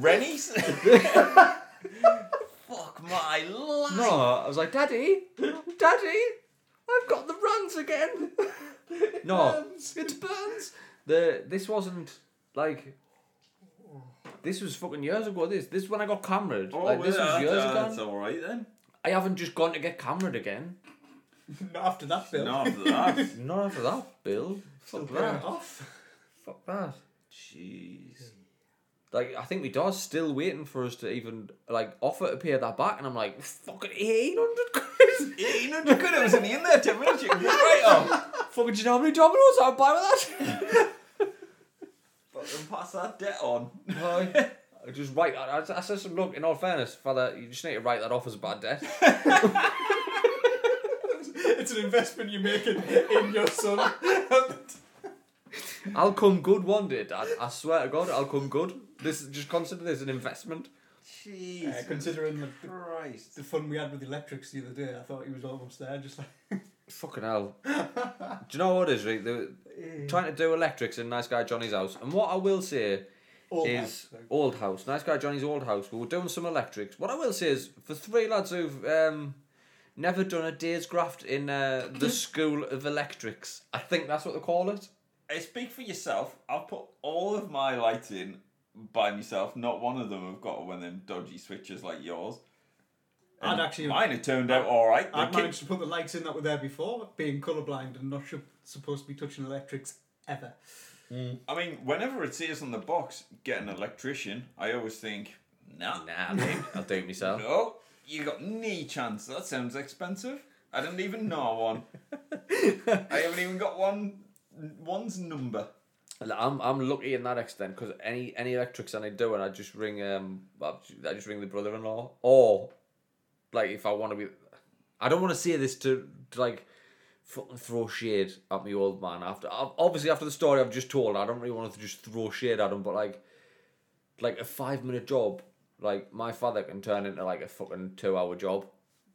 rennies. Fuck my life. No, I was like, Daddy, Daddy, I've got the runs again. no, it burns. The this wasn't like this was fucking years ago. This this is when I got cameraed. like this was years Oh, that's ago. all right then. I haven't just gone to get cameraed again. Not after that bill. No, after that, Not after that, Bill. Still Fuck paying it that. off. Fuck that. jeez. Like I think we are still waiting for us to even like offer to pay that back, and I'm like, fucking eighteen hundred quid. Eighteen hundred quid. I was only in there ten minutes. You can get right off. Fucking, do you know how many dominoes I'd buy with that? Fucking pass that debt on. Hi. I just write that. I, I said, some, look, in all fairness, fella, you just need to write that off as bad debt. It's an investment you're making in your son. I'll come good one day, Dad. I swear to God, I'll come good. This just consider this an investment. Jeez. Uh, yeah, considering the, Christ. the fun we had with the electrics the other day, I thought he was almost there. Just like Fucking hell. do you know what it is, Rick? They're trying to do electrics in Nice Guy Johnny's house. And what I will say all is that. Like, old house. Nice guy Johnny's old house. We were doing some electrics. What I will say is for three lads who've um, never done a day's graft in uh, the school of electrics, I think that's what they call it. I speak for yourself. I've put all of my lights in by myself. Not one of them have got one of them dodgy switches like yours. I'd actually- mine have turned out all right. I The kid- managed to put the lights in that were there before, being colourblind and not sh- supposed to be touching electrics ever. I mean, whenever it says on the box, get an electrician, I always think, nah, Nah, mate, I'll do it myself. no, you got knee chance. That sounds expensive. I don't even know one. I haven't even got one. One's number. And I'm I'm lucky in that extent because any any electrics that I do and I just ring um I ju- I just ring the brother in law or like if I want to be I don't want to say this to, to like fucking throw shade at me old man after ob- obviously after the story I've just told I don't really want to just throw shade at him but like like a five minute job like my father can turn into like a fucking two hour job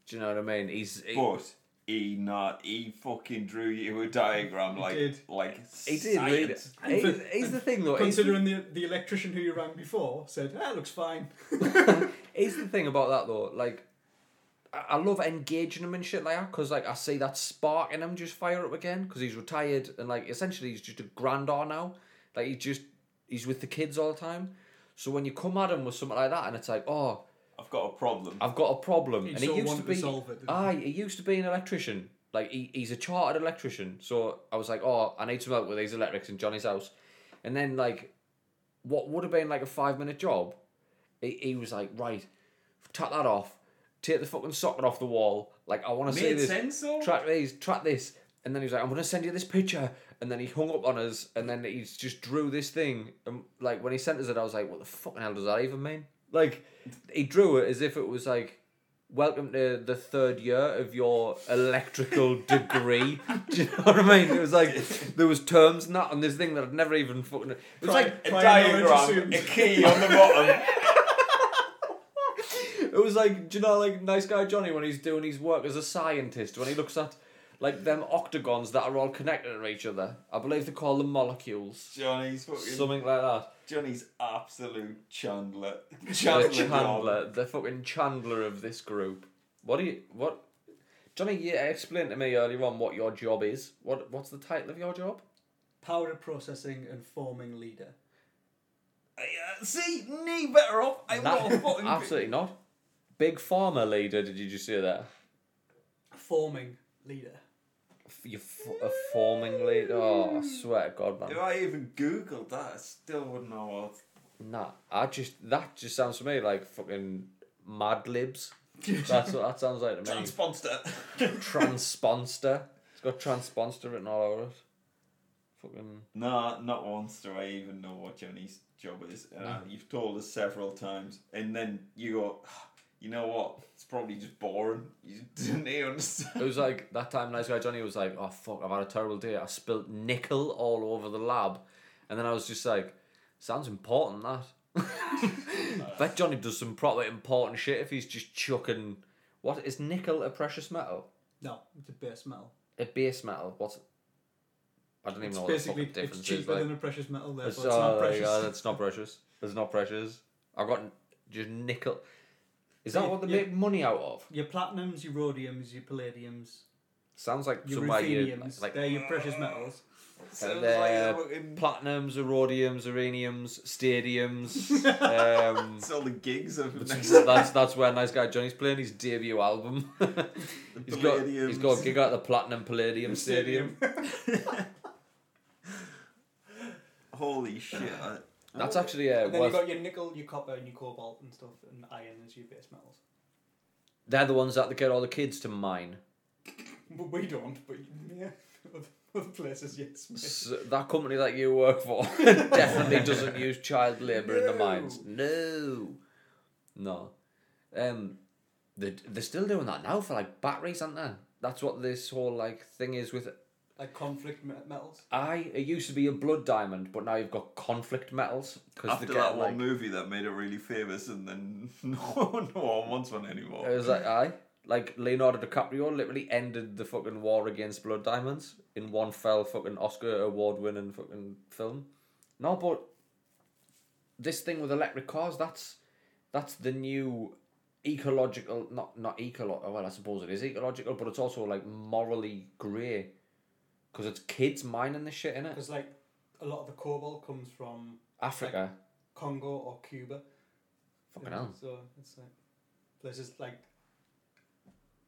do you know what I mean he's he, But he not he fucking drew you a diagram like did. like he did read it. science. He's, he's the thing though he's the- Considering the the electrician who you rang before said, "That looks fine." Here's the thing about that though, like, I, I love engaging him and shit like that because like I see that spark in him just fire up again because he's retired and like essentially he's just a granddad now. Like he just he's with the kids all the time. So when you come at him with something like that and it's like, oh, I've got a problem. I've got a problem. He and he sort of used to wanted be. to solve it, didn't he? aye, he used to be an electrician. Like he, he's a chartered electrician. So I was like, oh, I need some help with these electrics in Johnny's house. And then like, what would have been like a five minute job, he, he was like, right, tap that off, take the fucking socket off the wall. Like I want to see Made this. sense though. Track these, track this. And then he was like, I'm going to send you this picture. And then he hung up on us and then he just drew this thing. And like when he sent us it, I was like, what the fucking hell does that even mean? Like he drew it as if it was like, welcome to the third year of your electrical degree. Do you know what I mean? It was like, there was terms and that on this thing that I'd never even fucking... It was Right. like, a Try and orange diagram, assumed. a key on the bottom. It was like, do you know, like nice guy Johnny when he's doing his work as a scientist, when he looks at like them octagons that are all connected to each other. I believe they call them molecules, Johnny's fucking something like that. Johnny's absolute Chandler. The Chandler. Chandler. Chandler, the fucking Chandler of this group. What do you what? Johnny, you explained to me earlier on what your job is. What what's the title of your job? Powder processing and forming leader. uh, see, knee better off. I'm not a That- fucking. absolutely not. Big farmer leader. Did you just hear that? Forming leader. F- You f- a forming leader. Oh, I swear to God, man. If I even googled that, I still wouldn't know what. Nah, I just that just sounds to me like fucking Mad Libs. That's what that sounds like to me. Transponster. Transponster. It's got transponster written all over it. Fucking. no, not once do I even know what Johnny's job is. And I- you've told us several times, and then you go, "Ah, you know what? It's probably just boring. You didn't even It understand. was like that time. Nice guy Johnny was like, "Oh fuck, I've had a terrible day. I spilt nickel all over the lab," and then I was just like, "Sounds important that." Bet Johnny does some proper important shit if he's just chucking. What is nickel a precious metal? No, it's a base metal. A base metal? What? I don't even It's know what the basically fucking difference it's is. cheaper like. than a precious metal, therefore It's, it's, oh, not there you precious. go, it's not precious. It's not precious. I've got n- just nickel. Is that Yeah, what they yeah. make money out of? Your platinums, your rhodiums, your palladiums, Sounds like your somewhere you rutheniums. like. they're your precious metals. Sounds uh, like a fucking. Platinums, erodiums, uraniums, stadiums. um, It's all the gigs of next that's that's where nice guy Johnny's playing his debut album. he's got he's got a Palladiums. gig at the Platinum Palladium Stadium. Holy shit. I- That's actually uh, And then you've worth, got your nickel, your copper, and your cobalt and stuff, and iron as your base metals. they're the ones that get all the kids to mine. But we don't, but yeah, other- other places, yes. S that company that you work for definitely doesn't use child labour in the mines. No, no. Um, they they're still doing that now for like batteries, aren't they? That's what this whole like thing is with. Like conflict me- metals. I it used to be a blood diamond, but now you've got conflict metals because they After get that like. one movie that made it really famous, and then no, no one wants one anymore. It was like I like Leonardo DiCaprio literally ended the fucking war against blood diamonds in one fell fucking Oscar award winning fucking film. No, but this thing with electric cars that's that's the new ecological not not ecological well I suppose it is ecological but it's also like morally grey because it's kids mining the shit in it Because, like, a lot of the cobalt comes from Africa Congo or Cuba. fucking hell So it's like places like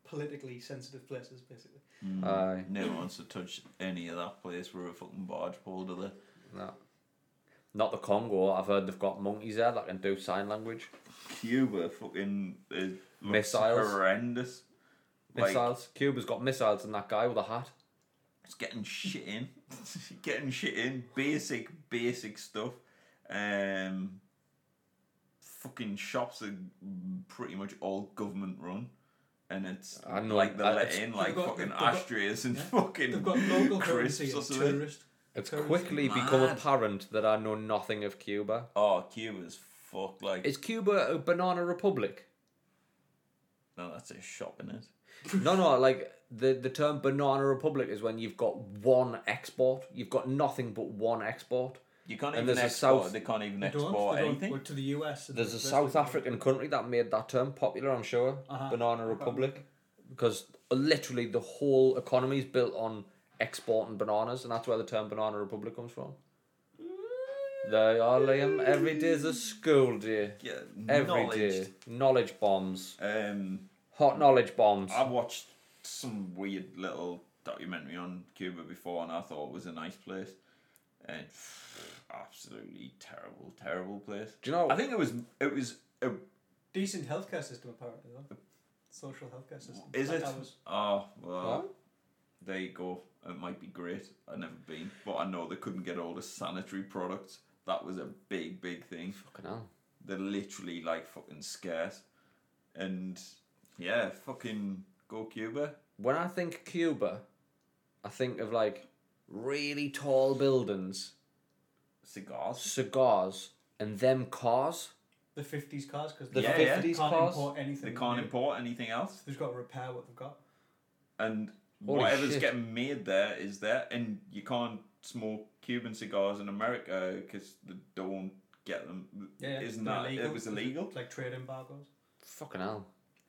politically sensitive places, basically. aye Never wants to touch any of that place with a fucking barge pole, do they? No. Not the Congo. I've heard they've got monkeys there that can do sign language. Cuba fucking uh, looks Missiles. horrendous. Like, Missiles. Cuba's got missiles and that guy with a hat. It's getting shit in, getting shit in. Basic, basic stuff. Um, fucking shops are pretty much all government run, and it's I know, like they I- let it's- in like They've got- fucking they've got- ashtrays and yeah. fucking They've got local currency crisps or and something. tourist. It's Currency. quickly become Mad. apparent that I know nothing of Cuba. Oh, Cuba's fuck like Is Cuba a banana republic? no, that's a shop in it. No, no, like the, the term banana republic is when you've got one export. You've got nothing but one export. You can't And even there's a export. South- They can't even They don't, export they don't. anything. Well, to the US. and There's a the rest South of the- African country that made that term popular, I'm sure. Uh-huh. Banana republic. Because uh, literally the whole economy is built on exporting bananas, and that's where the term banana republic comes from. They are, Liam. Every day's a school day. Yeah, Every day, knowledge. Knowledge bombs. Um, Hot knowledge bombs. I watched some weird little documentary on Cuba before, and I thought it was a nice place, and absolutely terrible, terrible place. Do you know- I think it was. It was. A, Decent healthcare system, apparently, though. Social healthcare system. is Like it? I was- Oh well, What? there you go. It might be great. I've never been, but I know they couldn't get all the sanitary products. That was a big, big thing. Fucking hell. They're literally like fucking scarce, and yeah, fucking go Cuba. When I think Cuba, I think of like really tall buildings, Cigars. cigars, and them cars. the 50s cars, because The Yeah, yeah. 50s can't cars. import anything. They can't new. import anything else. They've got to repair what they've got. and Holy whatever's shit. getting made there is there, and you can't smoke Cuban cigars in America because they don't get them. Yeah, yeah. Isn't They're that illegal. it was illegal? Like trade embargoes. Fucking hell.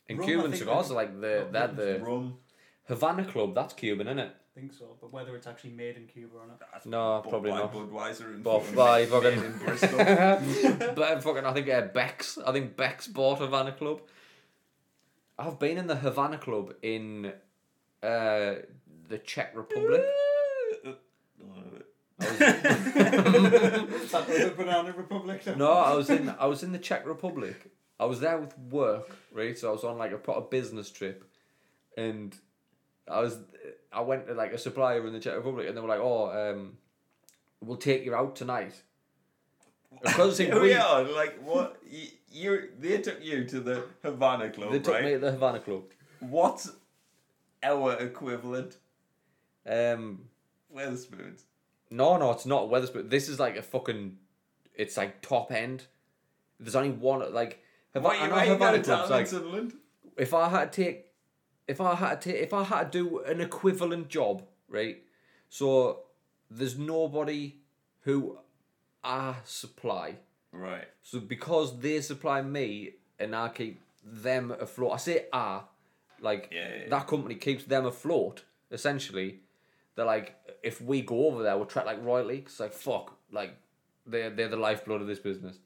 And Rum, I Cuban think cigars they- are like the Oh, they're rum the Rum. Havana Club. That's Cuban, isn't it? I think so, but whether it's actually made in Cuba or not. that's No, bought probably by not. Budweiser and Bought fucking by made fucking- in Bristol. but fucking, I think uh, Bex. I think Bex bought Havana Club. I've been in the Havana Club in uh, the Czech Republic. Is that the Banana Republic? No, I was in I was in the Czech Republic. I was there with work, right? So I was on like a proper business trip, and I was I went to like a supplier in the Czech Republic, and they were like, "Oh, um, we'll take you out tonight." Because Here we, we are. Like what? You, you they took you to the Havana Club, they took right? me to the Havana Club. What's our equivalent? Um, Weatherspoons. no, no, it's not Weatherspoon. This is like a fucking, it's like top end. There's only one like. Havana, What you I know ain't got Havana a Club's town in like Sunderland? if I had to take, if I had to, if I had to do an equivalent job, right? So there's nobody who I supply. Right. So because they supply me and I keep them afloat, I say I, like Yeah, yeah, yeah. that company keeps them afloat. Essentially, they're like, if we go over there, we're trapped like royally. It's like fuck, like they're they're the lifeblood of this business.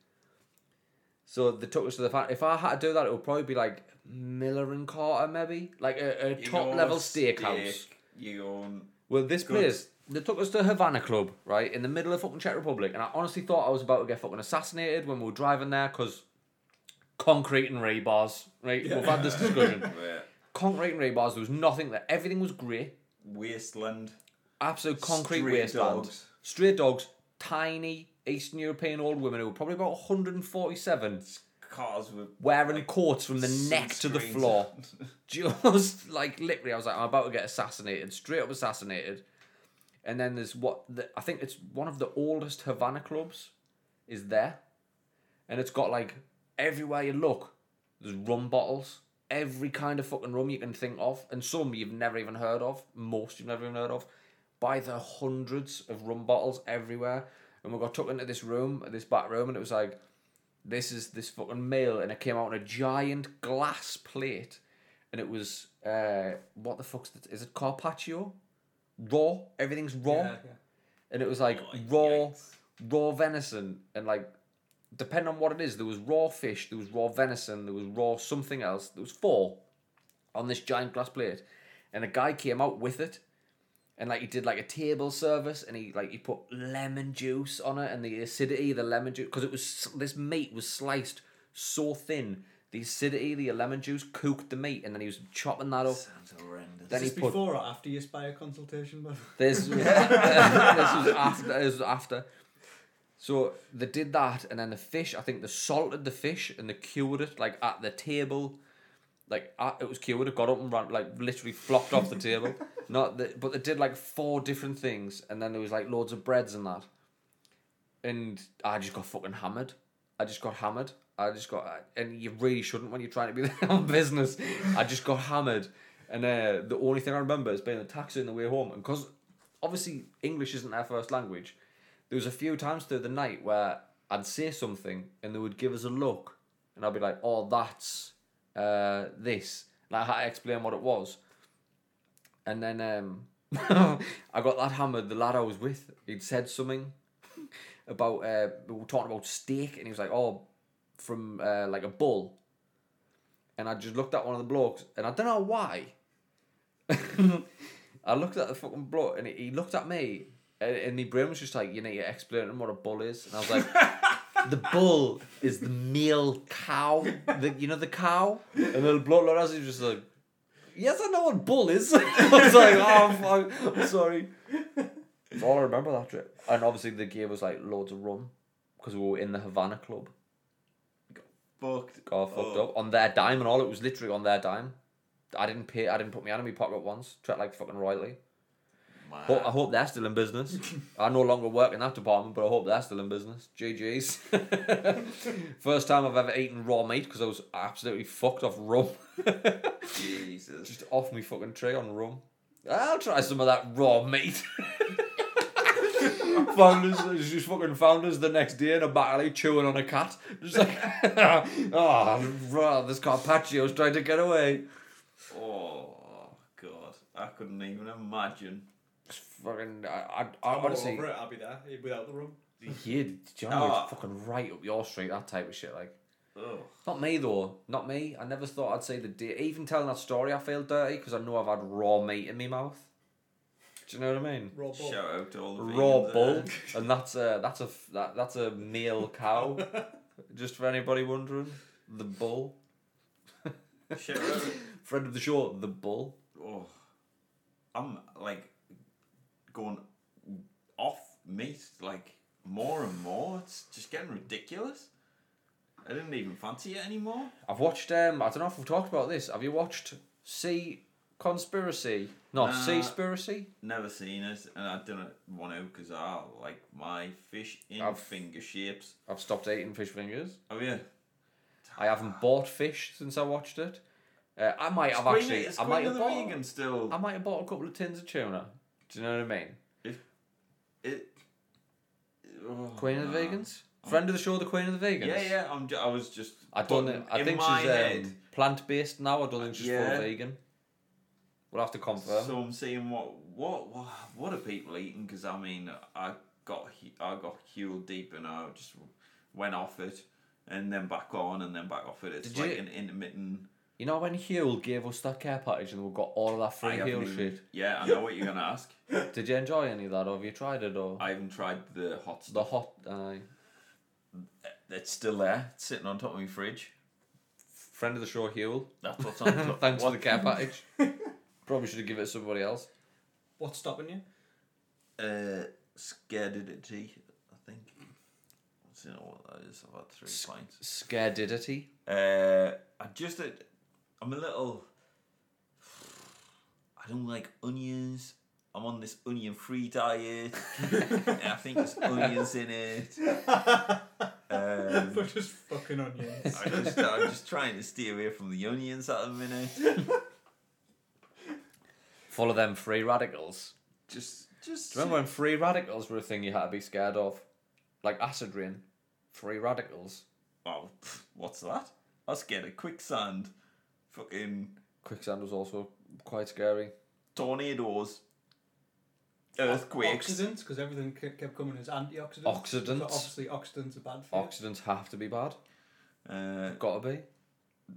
So they took us to the fan. If I had to do that, it would probably be like Miller and Carter, maybe like a, a You top own level a steakhouse. steak, You own Well, this Good. place, they took us to Havana Club, right, in the middle of fucking Czech Republic, and I honestly thought I was about to get fucking assassinated when we were driving there because concrete and ray bars, right? We've had this discussion. where concrete and ray bars, there was nothing there. Everything was grey, wasteland. absolute concrete Stray wasteland. dogs. Stray dogs, tiny Eastern European old women who were probably about 147, Cars with wearing coats from the neck to the sunscreens. floor. just like literally, I was like, I'm about to get assassinated, straight up assassinated. And then there's what the, I think it's one of the oldest Havana clubs, is there, and it's got like everywhere you look, there's rum bottles, every kind of fucking rum you can think of, and some you've never even heard of, most you've never even heard of, by the hundreds of rum bottles everywhere. And we got took into this room, this back room, and it was like, this is this fucking meal, and it came out on a giant glass plate, and it was uh, what the fuck's that? Is it carpaccio? Raw, everything's raw, Yeah, yeah. and it was like Oh, raw, yikes. raw venison, and like depending on what it is, there was raw fish, there was raw venison, there was raw something else. There was four on this giant glass plate, and a guy came out with it, and like he did like a table service and he like he put lemon juice on it and the acidity the lemon juice because it was this meat was sliced so thin the acidity the lemon juice cooked the meat and then he was chopping that up Sounds horrendous. Then Is he this put- before or after your spire consultation? But This was, this was after. This was after. So they did that, and then the fish. I think they salted the fish and they cured it like at the table, like at, it was cured. It got up and ran, like literally flopped off the table. Not the, but they did like four different things, and then there was like loads of breads and that. And I just got fucking hammered. I just got hammered. I just got, and you really shouldn't when you're trying to be on business. I just got hammered, and uh, the only thing I remember is being in a taxi on the way home, and because obviously English isn't their first language. There was a few times through the night where I'd say something and they would give us a look, and I'd be like, "Oh, that's uh, this," and I had to explain what it was. And then um, I got that hammered. The lad I was with, he'd said something about uh, we were talking about steak, and he was like, "Oh, from uh, like a bull." And I just looked at one of the blokes, and I don't know why. I looked at the fucking bloke and he he looked at me and, and the brain was just like, you need to explain to him what a bull is. And I was like, the bull is the male cow. The, you know the cow? And then the bloke looked at us and he was just like, yes, I know what bull is. I was like, oh, fuck, I'm sorry. That's all I remember that trip. And obviously the gear was like loads of rum because we were in the Havana club. fucked. Got all fucked Oh. up on their dime and all. It was literally on their dime. I didn't pay. I didn't put my hand in my pocket once. Treat like fucking royally. Wow. Ho- I hope they're still in business. I no longer work in that department, but I hope they're still in business. GG's. First time I've ever eaten raw meat because I was absolutely fucked off rum. Jesus. Just off me fucking tray on rum. I'll try some of that raw meat. found us, just fucking found us the next day in a alley chewing on a cat. Just like, oh, raw, this carpaccio's trying to get away. Oh God, I couldn't even imagine. It's fucking, I, I, I I'm all honestly. over it. I'll be there without the rum. Yeah, John Ah. was fucking right up your street, that type of shit. Like, Ugh. not me though, not me. I never thought I'd say the day. Even telling that story, I feel dirty because I know I've had raw meat in my mouth. Do you know what I mean? Raw bull. Shout out to all the Raw vegans bull, out and that's a that's a f- that, that's a male cow. Just for anybody wondering, the bull, there. Shout out. friend of the show, the bull. Oh, I'm like going off meat like more and more. It's just getting ridiculous. I didn't even fancy it anymore. I've watched. Um, I don't know if we've talked about this. Have you watched Sea Conspiracy? No, Nah. Sea Spiracy. Never seen it, and I didn't want to because I like my fish in I've- finger shapes. I've stopped eating fish fingers. Oh yeah, I haven't bought fish since I watched it. Uh, I might have Queen- actually. it's I might Queen have of the bought. vegan still. I might have bought a couple of tins of tuna. Do you know what I mean? It. Oh, Queen of the nah. Vegans, friend of the show, the Queen of the Vegans. Yeah, yeah. I'm. Ju- I was just. I don't. putting know- I in think my head, she's um, plant based now. I don't think she's Yeah. full vegan. We'll have to confirm. So I'm seeing what what what what are people eating? Because I mean, I got hu- I got hueled deep and I just went off it, and then back on, and then back off it. It's Did like you- an intermittent. you know when Huel gave us that care package and we got all of that free I haven't Huel even- shit. Yeah, I know what you're gonna ask. Did you enjoy any of that, or have you tried it, or I haven't tried the hot the stuff. hot? Uh, It's still there. It's sitting on top of my fridge. friend of the show, Huel. That's what's on top. Thanks for the care package. Probably should have given it to somebody else. what's stopping you? Uh, scaredity, I think. I don't know what that is. I've had three pints. Scaredity. Uh, I just, uh, I'm a little. I don't like onions. I'm on this onion-free diet. and I think there's onions in it. Um, We're just fucking onions. I just, I'm just trying to steer away from the onions at the minute. Follow them free radicals. Just, just. Do you remember when free radicals were a thing you had to be scared of? Like acid rain. Free radicals. Oh, pff, what's that? I was scared of quicksand. Fucking Quicksand was also quite scary. tornadoes. Earthquakes. Oxidants, because everything ke- kept coming as antioxidants. Oxidants. So obviously, oxidants are bad for you. Accidents have to be bad. Uh, Gotta be.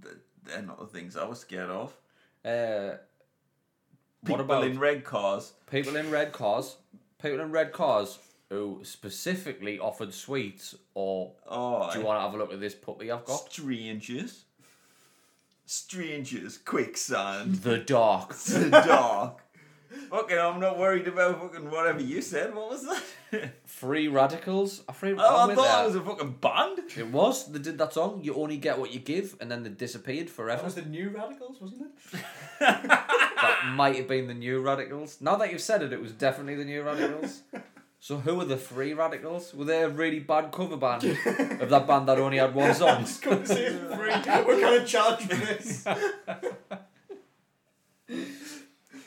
th- they're not the things I was scared of. Uh, What people about- in red cars. People in red cars, people in red cars who specifically offered sweets or Oh, do you want to have a look at this puppy I've got? strangers, strangers, quicksand, The dark. the dark. Fucking, I'm not worried about fucking whatever you said. What was that? Free radicals. I free. I'm Oh, I with thought that that. was a fucking band. It was. They did that song. You only get what you give, and then they disappeared That Oh. forever. was the New Radicals, wasn't it? that might have been the New Radicals. Now that you've said it, it was definitely the New Radicals. so who were the Free Radicals? Were they a really bad cover band of that band that only had one song? Come and see it for free. We're going to charge for this.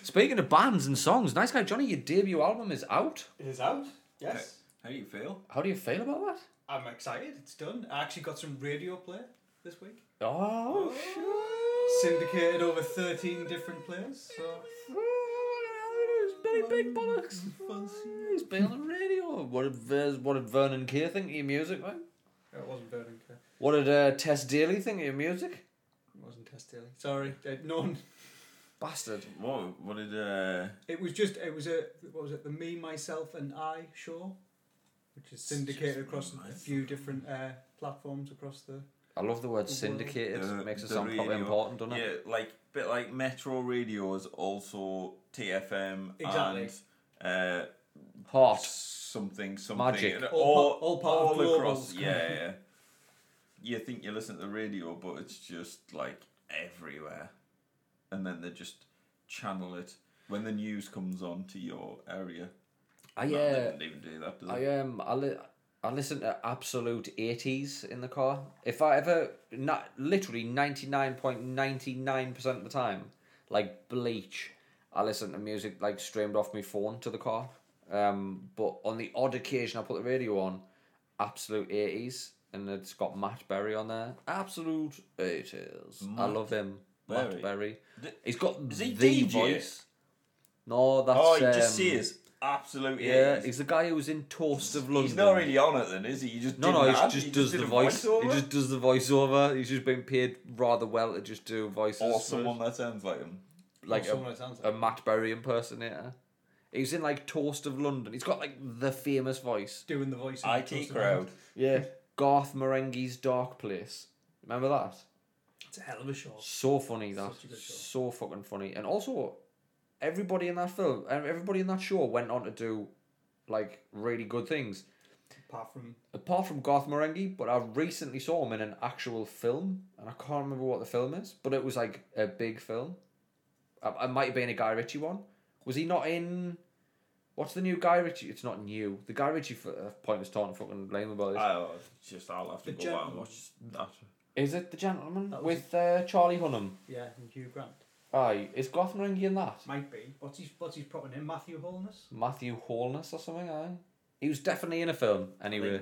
Speaking of bands and songs, nice guy Johnny, your debut album is out. It is out. Yes. How do you feel? How do you feel about that? I'm excited. It's done. I actually got some radio play this week. Oh, Syndicated over 13 different players. So Big, big bollocks. He's been on the radio. What did, Vers- what did Vernon Keir think of your music, mate? it wasn't Burning Care. What did uh, Tess Daly think of your music? It wasn't Test Daily. Sorry. Uh, no one. Bastard. What? What did? Uh, It was just, it was a, what was it, the Me, Myself and I show, which is syndicated across a few different uh, platforms across the. I love the word The syndicated. word- Makes it the sound proper radio. important, doesn't it? yeah, like bit like Metro Radio is also TFM Exactly. and uh, Hot. something something Magic. and All pa- all part of Global's across. kind Yeah, yeah. You think you listen to the radio, but it's just like everywhere, and then they just channel it when the news comes on to your area. I No, they uh, didn't even do that. Did they? I um, I, li- I listen to absolute eighties in the car. If I ever, not literally ninety nine point ninety nine percent of the time, like Bleach, I listen to music like streamed off my phone to the car. Um, but on the odd occasion, I put the radio on. Absolute eighties, and it's got Matt Berry on there. Absolute eighties. I Matt love him, Berry. Matt Berry. D- He's got Is he the DJ? voice. No, that's oh, you just um, see his absolute yeah, ears. he's the guy who was in Toast of London. He's not really on it then, is he? He just no, did no, he that. just He does did the a voice. He voiceover? just does the voiceover. He's just been paid rather well to just do voices. or for- someone that sounds like him. like uh, someone a, that sounds a like. Matt Berry impersonator. He's in like Toast of London. He's got like the famous voice. Doing the voice. of Toast IT of crowd. London. Yeah, Garth Marenghi's Dark Place. Remember that? It's a hell of a show. So funny that. Such a good show. So fucking funny. And also, everybody in that film, everybody in that show went on to do like really good things. Apart from apart from Garth Marenghi, but I recently saw him in an actual film, and I can't remember what the film is, but it was like a big film. I, I might have been a Guy Ritchie one. Was he not in? What's the new Guy Ritchie? It's not new. The Guy Ritchie f- uh, point is taught fucking lame about Uh, this. I, just I'll have to The go back and gentleman. watch that. Is it the gentleman That was- with uh, Charlie Hunnam? yeah, and Hugh Grant Aye, is Garth Marenghi in that? might be. What's his what's his proper name? Matthew Holness. Matthew Holness or something? Aye, he was definitely in a film anyway.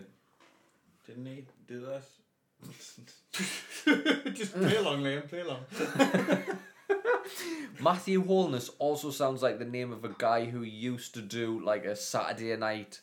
Didn't he do that? Just play along, Liam. Play along. Matthew Holness also sounds like the name of a guy who used to do like a Saturday night,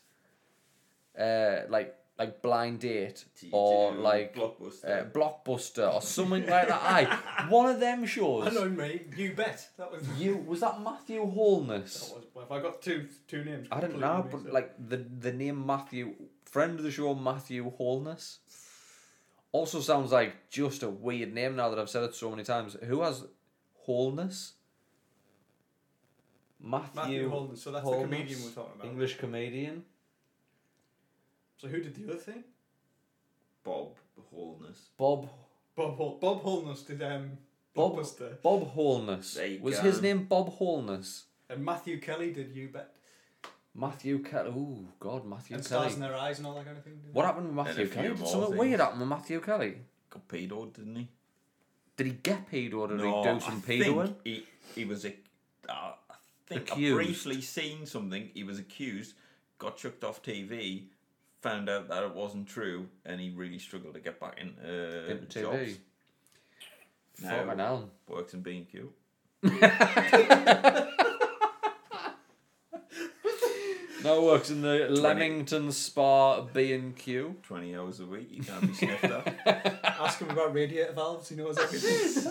uh, like like blind date or like uh, blockbuster. blockbuster or something like that. Aye, one of them shows. I know me. You bet. That was. You was that Matthew That Holness? was, well, if I got two two names, I don't completely know, mixed but up. like the the name Matthew, friend of the show Matthew Holness, also sounds like just a weird name now that I've said it so many times. Who has Holness? Matthew, Matthew Holden. So that's Holness, the comedian we're talking about. English comedian. So who did the other thing? Bob Holness. Bob Bob Hol- Bob Holness did um Bob Blockbuster, Bob Holness. There you Was go. his name Bob Holness? and Matthew Kelly did You Bet Matthew Kelly. Ooh, God, Matthew and stars Kelly. in their eyes and all that kind of thing. didn't What happened with And a Matthew few Kelly? Did more something things. weird happen with Matthew Kelly? Got pedoed, didn't he? Did he get paid or did no, he do some I think pedoing? he, he was a. Uh, I think Accused. I briefly seen something. He was accused, got chucked off TV, found out that it wasn't true, and he really struggled to get back into, uh, Into jobs. TV. Now- Fucking hell. Works in B and Q. Now works in the Leamington Spa B and Q. Twenty hours a week. You can't be sniffed at. you? Ask him about radiator valves. He knows everything.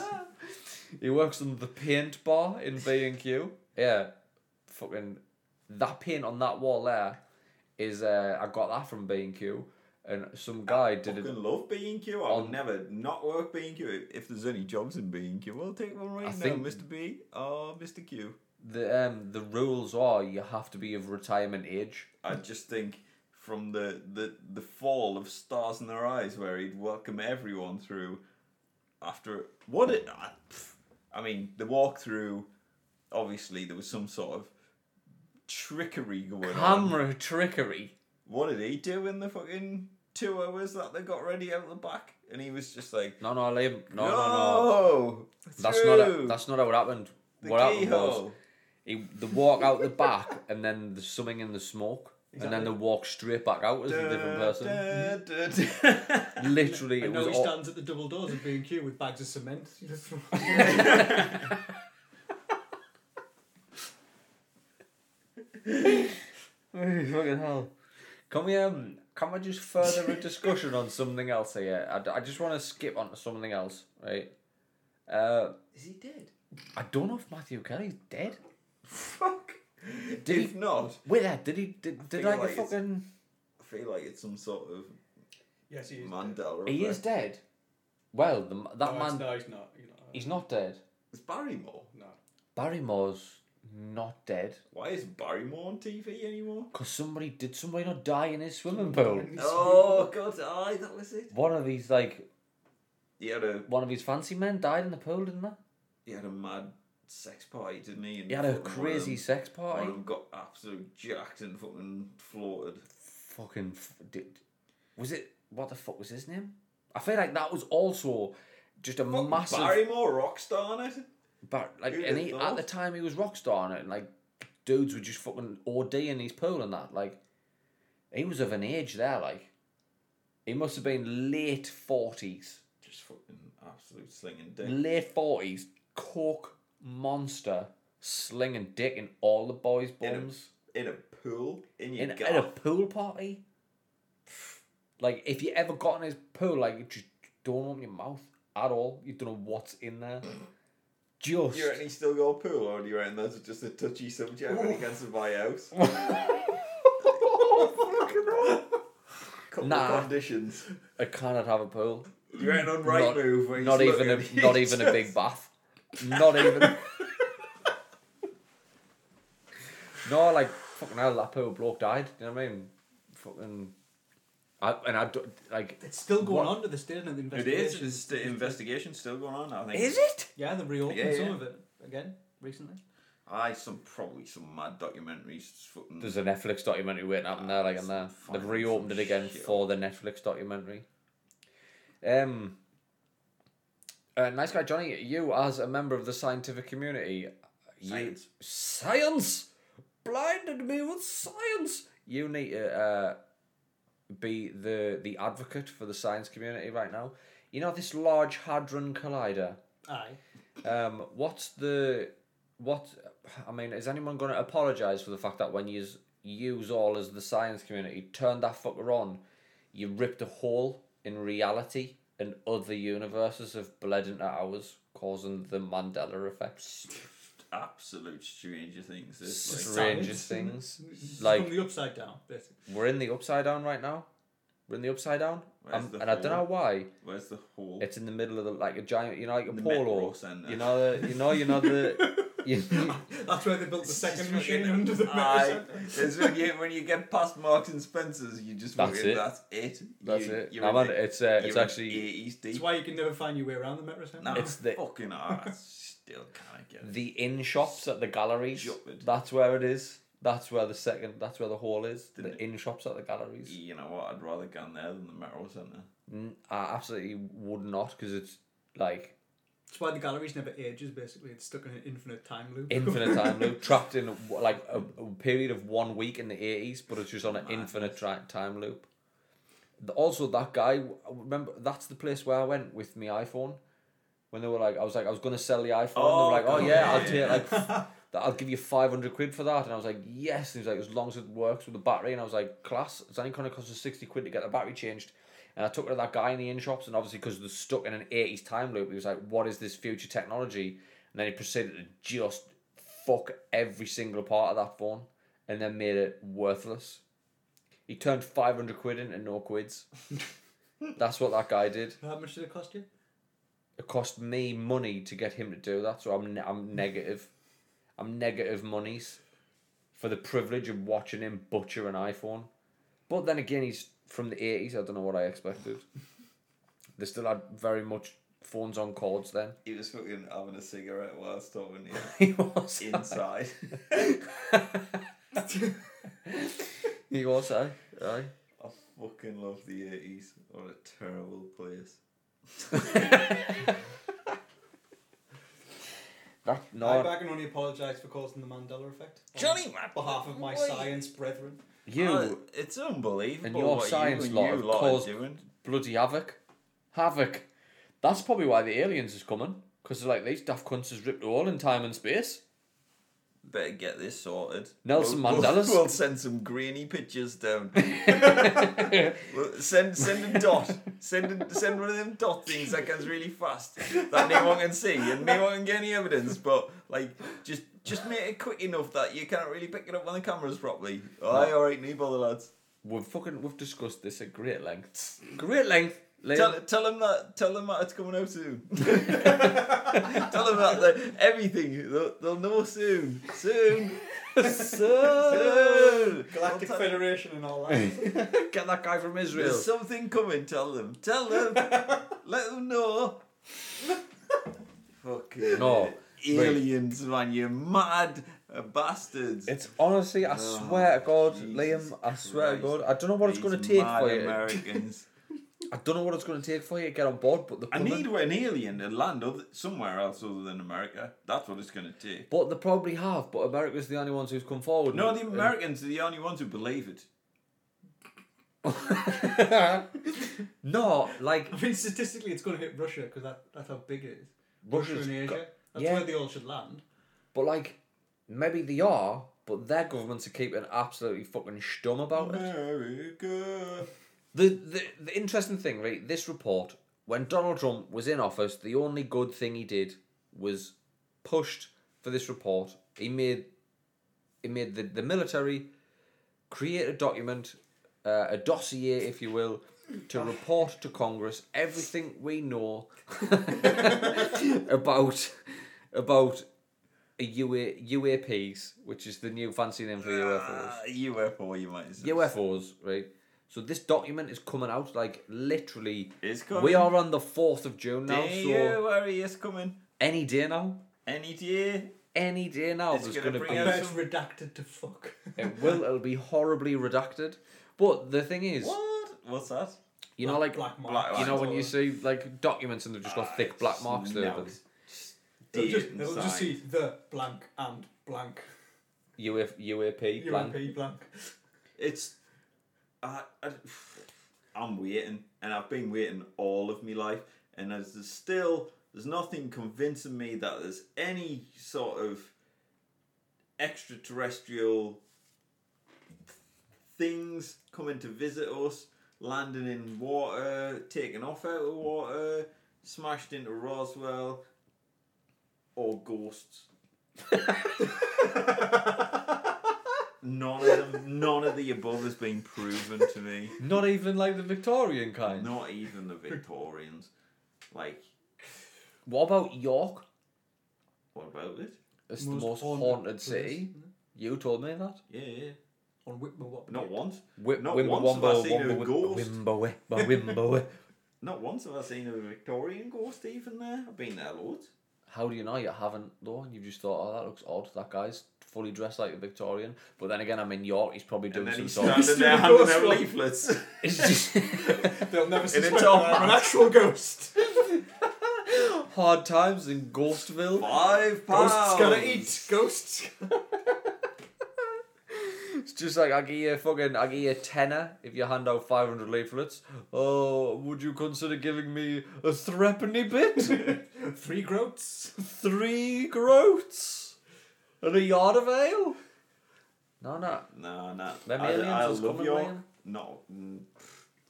He works in the Paint Bar in B and Q. yeah, fucking that paint on that wall there is uh, I got that from B and Q, and some guy did it. fucking love B&Q. I would On- never not work B&Q. If there's any jobs in B&Q, I'll take one right I now, think- Mr. B or Mr. Q. The um the rules are you have to be of retirement age. I just think from the, the, the fall of Stars in Their Eyes, where he'd welcome everyone through after what it. I, pff, I mean, the walkthrough, obviously, there was some sort of trickery going on. Camera trickery. What did he do in the fucking two hours that they got ready out the back? And he was just like, No, no, Liam. No, no, no, no. That's not. through That's not how it happened. the what happened was keyhole." he, the walk out the back, and then there's something in the smoke, and then the walk straight back out as a different person. Literally, I it know was. he all- stands at the double doors of B&Q with bags of cement. Hey, fucking hell. Can we um can we just further a discussion on something else here? I, d- I just want to skip on to something else, right? Uh, Is he dead? I don't know if Matthew Kelly's dead. Fuck. Did if he- not, Wait, uh, did he did, did feel I get like it's- fucking? I feel like it's some sort of Yes, he is. dead. Mandela. He is effect. dead. Well, the, m- that no, it's- man No, he's not. He's not. he's not dead. It's Barrymore. No. Barrymore's not dead Why is Barrymore on TV anymore? because somebody did somebody not die in his swimming pool. Oh God! Aye, that was it. One of these like He had a one of his fancy men died in the pool, didn't they? he had a mad sex party, didn't he? And He had a fucking one of crazy them- sex One party. of them got absolute jacked and fucking floated. fucking f- did, was it what the fuck was his name? I feel like that was also just a Fucking massive Barrymore rock star in it. bar- like Who and did he, at those? the time he was rock star on it and like dudes were just fucking ODing his pool and that like he was of an age there like he must have been late forties Just fucking absolute slinging dick. late forties coke monster slinging dick in all the boys In a- bums in a pool in your in, gaff. at a pool party. Like if you ever got in his pool, like you just don't open your mouth at all. You don't know what's in there. Just Do you reckon he's still got a pool, or do you reckon that's just a touchy subject when it comes to my house? Couple Nah. of conditions. I cannot have a pool. Do you reckon on right not, move? Where not he's even looking, a not he's even a big bath. Not even. no, like fucking hell, that poor bloke died. Do you know what I mean? Fucking. I, and I don't like. It's still going What? on to this day, isn't it? The It is. investigation. It's the investigation still going on. I think. it? Yeah, they reopened Yeah, some yeah. of it again recently. Aye, some probably some mad documentaries. Fucking There's a Netflix documentary waiting up in there, like in there. They've Fucking reopened it again shit. for the Netflix documentary. Um, uh, nice guy Johnny, you as a member of the scientific community, you- Science. science blinded me with science. You need to uh, be the the advocate for the science community right now. You know this large hadron collider. Aye. Um, what's the what? I mean, is anyone going to apologise for the fact that when you use all as the science community turned that fucker on, you ripped a hole in reality and other universes have bled into ours, causing the Mandela effect. absolute stranger things. This, like, Strangest things. Like- From the upside down, basically. We're in the upside down right now. We're in the upside down, Where's um, the and I don't know hole? why. where's the hole? It's in the middle of the like a giant, you know, like a The polo. Metro Centre. You know, the, you know, you know the. You, That's where they built the second Just machine fucking- under the Aye. Metro Centre. It's when you, when you get past Marks and Spencers, you just That's fucking- it. That's it. That's You- it. You're No, in man, the- it's, uh, it's you're in actually- 80s deep. That's why you can never find your way around the Metro Centre. Nah, It's the- fucking hard. I still can't get it. the in shops at the galleries. Shopwood. That's where it is. That's where the second. That's where the hall is. The Didn't it? in shops at the galleries. You know what? I'd rather go in there than the Metro Centre. N- I absolutely would not because it's like That's why the gallery's never ages, basically. It's stuck in an infinite time loop. infinite time loop, trapped in w- like a, a period of one week in the eighties, but it's just on an Madness. infinite tra- time loop. The- Also, that guy. I Remember, that's the place where I went with my iPhone. When they were like, I was like, I was gonna sell the iPhone. Oh, they were like, oh God, yeah, I'll yeah, take yeah. like, that I'll give you five hundred quid for that. And I was like, yes. And he was like, as long as it works with the battery. And I was like, class. It's only gonna cost us sixty quid to get the battery changed. And I took it to that guy in the in shops, and obviously because they're stuck in an eighties time loop, he was like, what is this future technology? And then he proceeded to just fuck every single part of that phone and then made it worthless. He turned 500 quid into no quids. That's what that guy did. How much did it cost you? It cost me money to get him to do that, so I'm, ne- I'm negative. I'm negative monies for the privilege of watching him butcher an iPhone. But then again, he's from the 80s, I don't know what I expected. they still had very much phones on cords then. He was fucking having a cigarette whilst talking to he was. you inside. he was, aye. aye. I fucking love the eighties. What a terrible place. That, no, I, I can only apologise for causing the Mandela effect. on behalf of my Wait. science brethren. you, Uh, it's unbelievable. And your what science you and lot you have lot caused- are doing. bloody havoc. Havoc. That's probably why the aliens is coming. Because they're like, these daft cunts has ripped the wall in time and space. Better get this sorted. Nelson we'll, Mandela's- We'll, we'll send some grainy pictures down. We'll send send a dot. Send a, send one of them dot things that goes really fast that no one can see and no one can get any evidence. But like, just just make it quick enough that you can't really pick it up on the cameras properly. Aye, all right, no bother, lads. We've fucking, we've discussed this at great length. Great length. Liam. Tell, tell them that. Tell them that it's coming out soon. tell them that, that everything they'll, they'll know soon. Soon. soon. Galactic I'll tell- Federation and all that. Get that guy from Israel. There's something coming. Tell them. Tell them. Let them know. Fucking No, aliens, man! You mad bastards. It's honestly, I Oh, swear to God, Jesus Liam, I swear to Christ. God, I don't know what it's These going to take mad for you. Americans. I don't know what it's going to take for you to get on board, but the I need an alien to land other, somewhere else other than America. That's what it's going to take. But they probably have, but America's the only ones who've come forward. No, and- the Americans are the only ones who believe it. No, like, I mean, statistically, it's going to hit Russia because that, that's how big it is. Russia Russia's and Asia. got- that's yeah. where they all should land. but like, maybe they are, but their governments are keeping absolutely fucking stum about it. America. The, the the interesting thing, right? This report, when Donald Trump was in office, the only good thing he did was pushed for this report. He made he made the, the military create a document, uh, a dossier, if you will, to report to Congress everything we know about about a UA, UAPs, which is the new fancy name for UFOs. Ah, UFO, you might say. UFOs, right? So this document is coming out like literally. It's coming. We are on the fourth of June now, Day so you worry, it's coming. E any day now, Any day. any day now, It's there's gonna going to bring be. out But it's some- redacted to fuck. It will. It'll be horribly redacted. But the thing is, What? What's that? you know, like black black mark. you know, when you It'll see like documents and they've just got thick black marks through them. Just just, date it'll and just sign. see the blank and blank. UF, UAP, blank. UMP blank. It's. I, I, I'm waiting, and I've been waiting all of my life, and there's there's still there's nothing convincing me that there's any sort of extraterrestrial things coming to visit us, landing in water, taking off out of water, smashed into Roswell, or ghosts. None of them, none of the above has been proven to me. Not even like the Victorian kind. Not even the Victorians. Like, What about York? what about it? It's the most haunted, city. place. You told me that. Yeah, yeah. On Whitmer, what? Not once. Wi- Not Wimba- once have I Womba- seen a Womba- ghost. Wimba- Wimba- Wimba- Not once have I seen a Victorian ghost even there. I've been there loads. How do you know you haven't though? And you've just thought, oh, that looks odd. That guy's fully dressed like a Victorian. But then again, I'm in York. He's probably And doing then some he's sort. Of... standing He's there handing doing ghost out work. leaflets. It's just They'll never see it's all an black. actual ghost. hard times in Ghostville. Five pounds. Ghosts gotta eat. Ghosts. It's just like I give you a fucking, I give you a tenner if you hand out five hundred leaflets. Oh, would you consider giving me a threepenny bit, Three groats. three groats, and a yard of ale? No, no, No, no. Them I, aliens I was love coming, your. Liam? No. mm,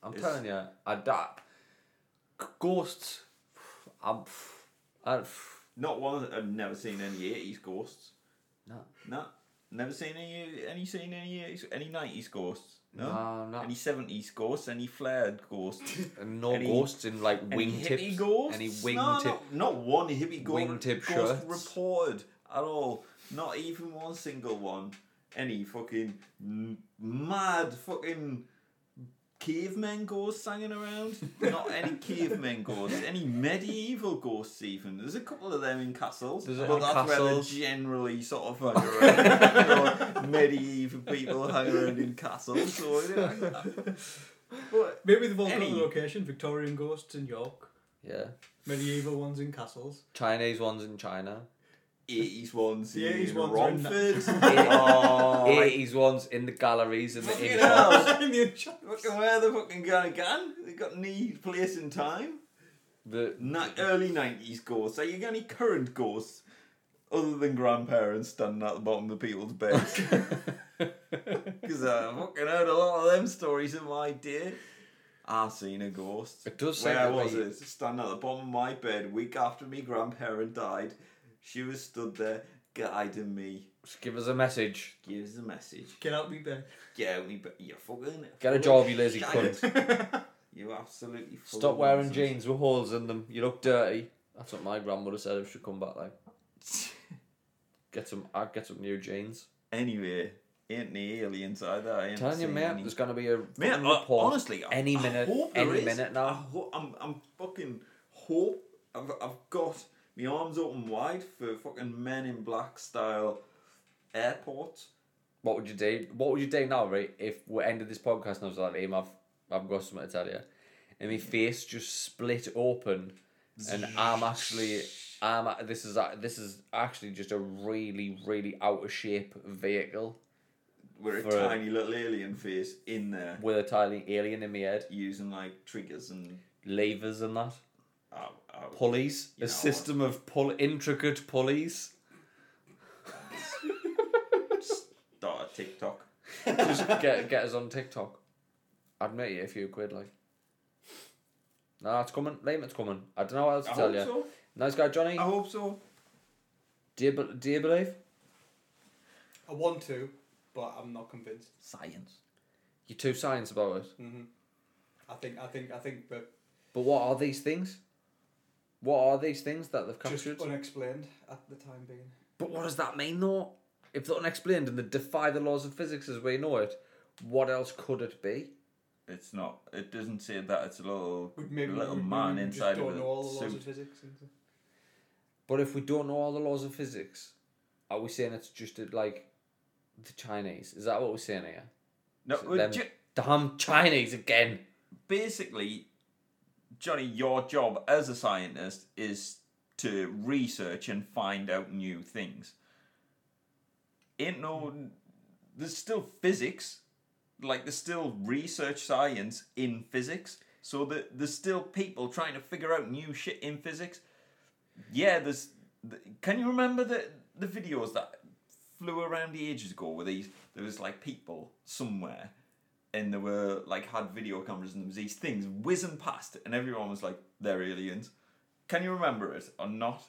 I'm It's- telling you, I that g- ghosts. I'm, I, Not one. I've never seen any 80s ghosts. No. No, never seen any any seen any uh, any nineties ghosts. No, No, no. any seventies ghosts, any flared ghosts, And no Any- ghosts in like any wingtips. hippie ghosts. Any no, wingtip. not, not one hippie go- wingtip ghost shirts. reported at all. Not even one single one. Any fucking m- mad fucking cavemen ghosts hanging around. not any cavemen ghosts. Any medieval ghosts even. There's a couple of them in castles, There's a- but that's where they're castles. generally sort of hang around. You know, medieval people hang around in castles. So you know, but Maybe they've all got Any- the location Victorian ghosts in York, Yeah. medieval ones in castles. Chinese ones in China. 80s ones The 80s in ones are in- Romford. Oh, oh, 80s ones in the galleries and the Fucking in hell. shops. in the Fucking where the fucking gone again? They got any place in time? The Ni- early nineties ghosts. Are you got any current ghosts other than grandparents standing at the bottom of people's beds? Because I fucking heard a lot of them stories in my day. I've seen a ghost. It does Where sound was like- it? Standing at the bottom of my bed, week after my grandparent died. She was stood there guiding me. just give us a message. Gives a message. Get out me bed. Yeah, we but you fucking Get a job, you lazy shite. cunt. You absolutely full Stop of wearing nonsense. jeans with holes in them. You look dirty. That's what my grandmother said. If she come back, like get some, I'd get some new jeans. Anyway, ain't the aliens either. I ain't Telling you, seen mate, any. there's gonna be a Mate, fucking I- report honestly, I- any I minute, hope there any is. minute I now. ho- I'm, I'm fucking hope. I've, I've got my arms open wide for fucking Men in Black style airport. What would you do? What would you do now, right? If we ended this podcast and I was like, "Hey, I've, I've got something to tell you," and my face just split open, and I'm actually, I'm a- this is a- this is actually just a really, really out of shape vehicle With a For a- tiny little alien face in there, with a tiny alien in my head, using like triggers and. levers and that, Uh, uh, pulleys, You a know what? system of pull intricate pulleys. start a TikTok. Just get get us on TikTok. I'd make you a few quid, like. Nah, it's coming. Liam, it's coming. I don't know what else I to tell hope you. so. Nice guy, Johnny. I hope so. Do you, be- do you believe? I want to, but I'm not convinced. Science. You're too science about it. Mm. hmm I think, I think, I think, but But what are these things? What are these things that they've just captured? unexplained at the time being. but what does that mean, though? If they're unexplained and they defy the laws of physics as we know it, what else could it be? It's not. It doesn't say that. It's a little But maybe little we, man we inside just don't of a know all the laws suit. of physics. And stuff. But if we don't know all the laws of physics, are we saying it's just like the Chinese? Is that what we're saying here? No, So well, them ju- damn Chinese again. basically, Johnny, your job as a scientist is to research and find out new things. Ain't no, Hmm. there's still physics, like there's still research science in physics. So that there's still people trying to figure out new shit in physics. Yeah, there's. th can you remember the the videos that flew around the ages ago where these there was like people somewhere and they were like had video cameras and there was these things whizzing past and everyone was like they're aliens can you remember it or not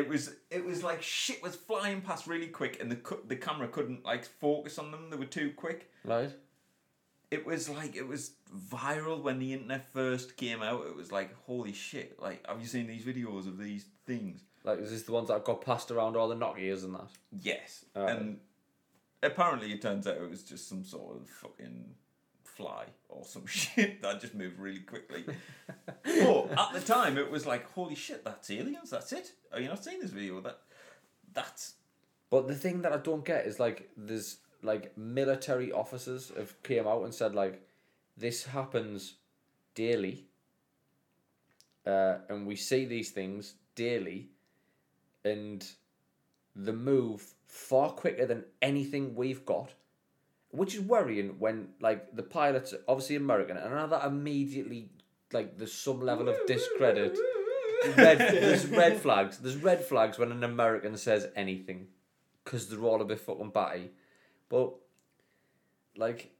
it was it was like shit was flying past really quick and the cu- the camera couldn't like focus on them they were too quick Right? it was like it was viral when the internet first came out it was like holy shit like have you seen these videos of these things Like, is this the ones that got passed around all the Nokias and that? Yes. Uh, and apparently it turns out it was just some sort of fucking fly or some shit that just moved really quickly. but at the time it was like, holy shit, that's aliens, that's it. Are you not seeing this video? That that's But the thing that I don't get is like, there's like military officers have came out and said like, this happens daily. Uh, and we see these things daily, and the move far quicker than anything we've got, which is worrying. When like the pilots, are obviously American, and I know that immediately like there's some level of discredit. red, there's red flags. There's red flags when an American says anything, because they're all a bit fucking batty. But like,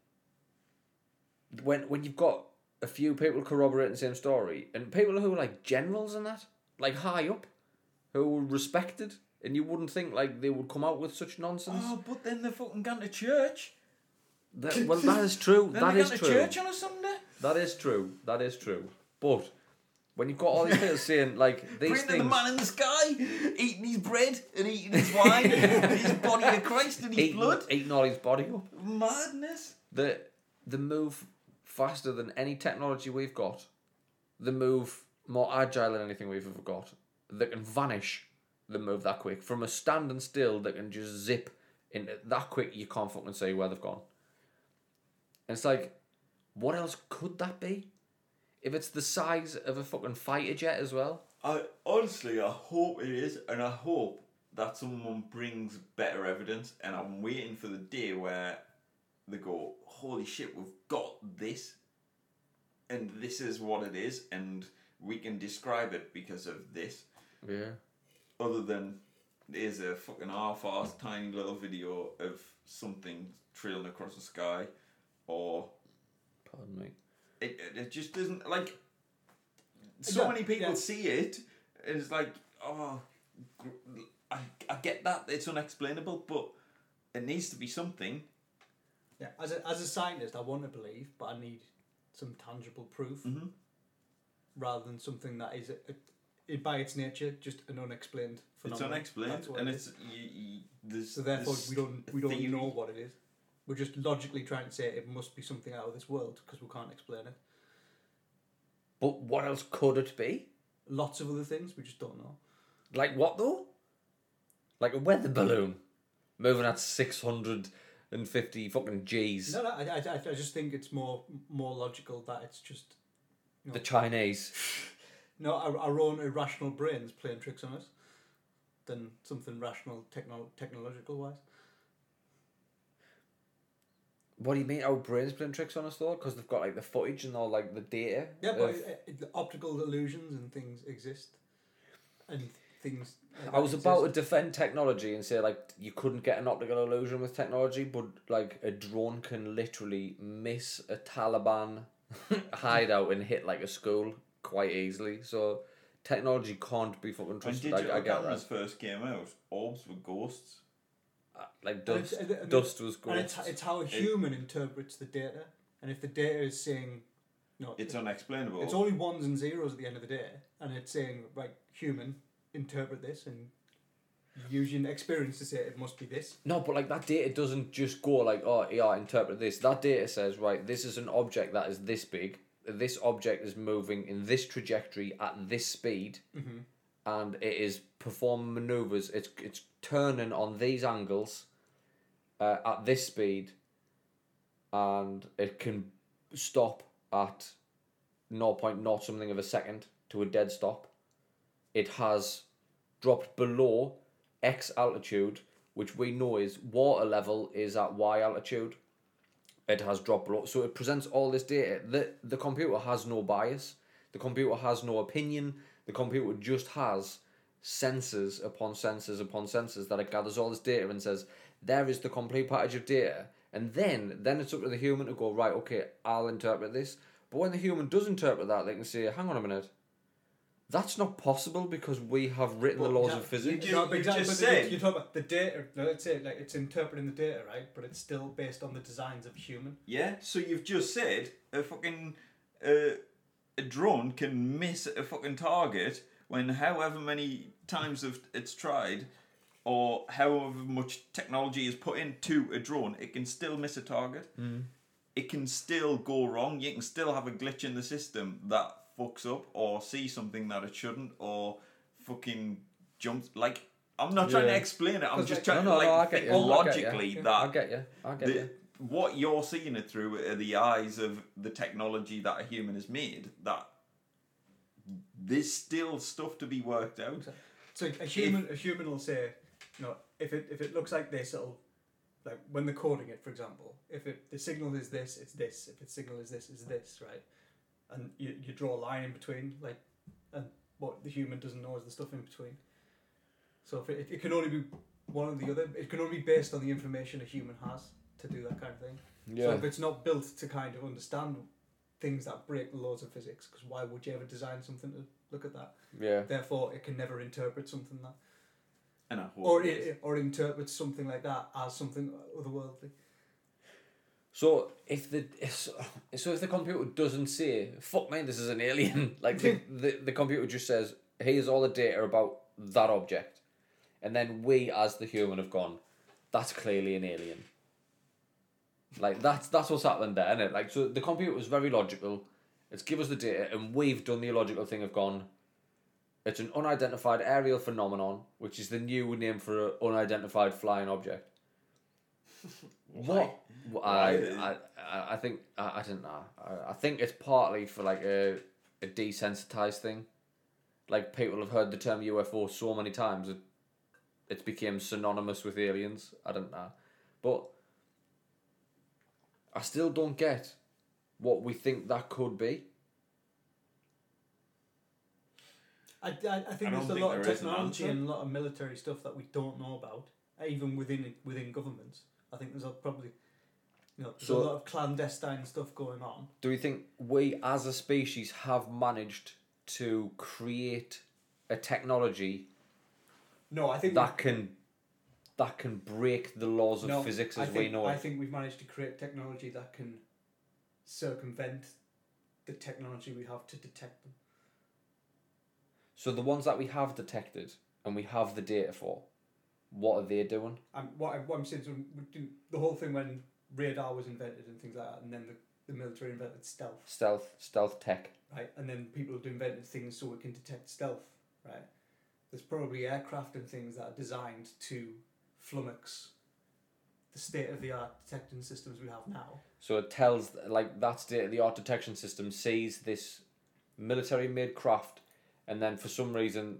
when when you've got a few people corroborating the same story, and people who are like generals and that, like high up, who are respected and you wouldn't think like they would come out with such nonsense. Oh, but then they fucking gone to church. That, well, that is true. Then that they is gone to true. church on a Sunday. That is true. That is true. But when you've got all these people saying like these Bringing the things, man in the sky, eating his bread and eating his wine, his body of Christ and his eating, blood. eating all his body up, Madness. the the move faster than any technology we've got. The move more agile than anything we've ever got. That can vanish. The move that quick from a standing still that can just zip in that quick. You can't fucking say where they've gone. And it's like, what else could that be? If it's the size of a fucking fighter jet as well. I honestly, I hope it is, and I hope that someone brings better evidence. And I'm waiting for the day where they go, "Holy shit, we've got this, and this is what it is, and we can describe it because of this." Yeah. Other than there's a fucking half-assed tiny little video of something trailing across the sky, or Pardon me. it, it- it just doesn't like so Yeah, many people yeah. see it and it's like oh gr- I, I get that it's unexplainable but it needs to be something Yeah, as a, as a scientist, I want to believe, but I need some tangible proof Mhm. rather than something that is, a, it, by its nature, just an unexplained it's phenomenon. unexplained That's what and it it's is. you, you, there's, so therefore there's we don't we don't theory. know what it is. We're just logically trying to say it must be something out of this world because we can't explain it. But what else could it be? Lots of other things we just don't know. Like what though? Like a weather balloon moving at 650 fucking G's. No, no, I, I, I I just think it's more more logical that it's just The Chinese. no our, our own irrational brains playing tricks on us than something rational techno- technological wise. What do you mean? Our brains playing tricks on us though? Because they've got like the footage and all like the data. Yeah, but of- uh, the optical illusions and things exist, and things. like I that was about to exist. defend technology and say like you couldn't get an optical illusion with technology, but like a drone can literally miss a Taliban hideout and hit like a school quite easily. So technology can't be fucking when trusted. digital I, I get cameras that. first came out orbs were ghosts Like And it's- dust, and it- and dust was and it's, ghosts. it's how a human interprets the data, and if the data is saying, no, it's it's, unexplainable it's only ones and zeros at the end of the day, and it's saying right, human, interpret this, and you use your experience to say it must be this. No, but like that data doesn't just go like, oh, yeah, interpret this. That data says, right, this is an object that is this big. This object is moving in this trajectory at this speed, Mm-hmm. and it is performing maneuvers. It's it's turning on these angles, uh, at this speed, and it can stop at, no point not something of a second to a dead stop. It has dropped below X altitude, which we know is water level is at Y altitude. It has dropped below. So it presents all this data. The, the computer has no bias. The computer has no opinion. The computer just has sensors upon sensors upon sensors that it gathers all this data and says, there is the complete package of data. And then, then it's up to the human to go, right, okay, I'll interpret this. But when the human does interpret that, they can say, hang on a minute, that's not possible because we have written the laws of physics. You- no, but you exactly, just but you- said- you're talking about the data. No, let's say like it's interpreting the data, right? But it's still based on the designs of human. yeah so you've just said a fucking uh, a drone can miss a fucking target when however many times of it's tried or however much technology is put into a drone it can still miss a target it can still go wrong you can still have a glitch in the system that fucks up or see something that it shouldn't or fucking jumps like i'm not trying to Yeah. explain it i'm 'Cause just trying like- No, no, to no, I like get think you, I get you. logically that I get you. I get the, you. what you're seeing it through are the eyes of the technology that a human has made that there's still stuff to be worked out So a human, a human will say, you know, if it if it looks like this, it'll like when they're coding it, for example. If it the signal is this, it's this. If its signal is this, it's this, right? And you, you draw a line in between, like, and what the human doesn't know is the stuff in between. So if it, it can only be one or the other. It can only be based on the information a human has to do that kind of thing. So if it's not built to kind of understand things that break the laws of physics, because why would you ever design something to look at that? yeah. Therefore, it can never interpret something that. And I hope or it is. i or interprets something like that as something otherworldly. So if the if, so if the computer doesn't say fuck man this is an alien like the, the the computer just says here's all the data about that object, and then we as the human have gone, that's clearly an alien. Like that's that's what's happened there, innit? Like so the computer was very logical. It's give us the data, and we've done the illogical thing of gone. It's an unidentified aerial phenomenon, which is the new name for an unidentified flying object. What? Well, I, I, Why? I, I think I, I don't know. I, I think it's partly for like a, a desensitized thing. Like people have heard the term UFO so many times, it, it became synonymous with aliens. I don't know, but I still don't get what we think that could be. I, I, I I think there's don't a think lot of there is an technology answer. and a lot of military stuff that we don't know about, even within within governments. I think there's a, probably, you know, there's So- a lot of clandestine stuff going on. Do we think we as a species have managed to create a technology No, I think that can that can break the laws of no, physics I as think, we know I it? think we've managed to create technology that can circumvent the technology we have to detect them. So the ones that we have detected and we have the data for, what are they doing? I'm, what, I'm, what I'm saying is when we do the whole thing when radar was invented and things like that, and then the, the military invented stealth. Stealth, stealth tech. right? And then people have invented things so we can detect stealth, right? There's probably aircraft and things that are designed to flummox the state of the art detecting systems we have now. So it tells like that state of the art detection system sees this military made craft, and then for some reason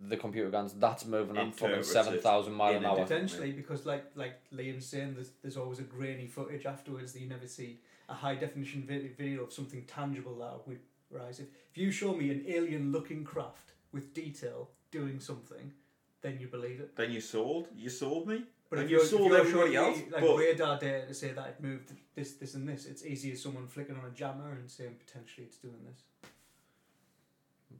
the computer guns that's moving at fucking Interprets it seven thousand mile in an a hour. detect- Potentially, because like like Liam's saying, there's, there's always a grainy footage afterwards that you never see a high definition vi- video of something tangible that would rise. If, if you show me an alien looking craft with detail doing something, then you believe it. Then you sold. You sold me. But and if you you're, if sold you're everybody showing else. me, like but radar data to say that it moved this, this, and this, it's easy as someone flicking on a jammer and saying potentially it's doing this.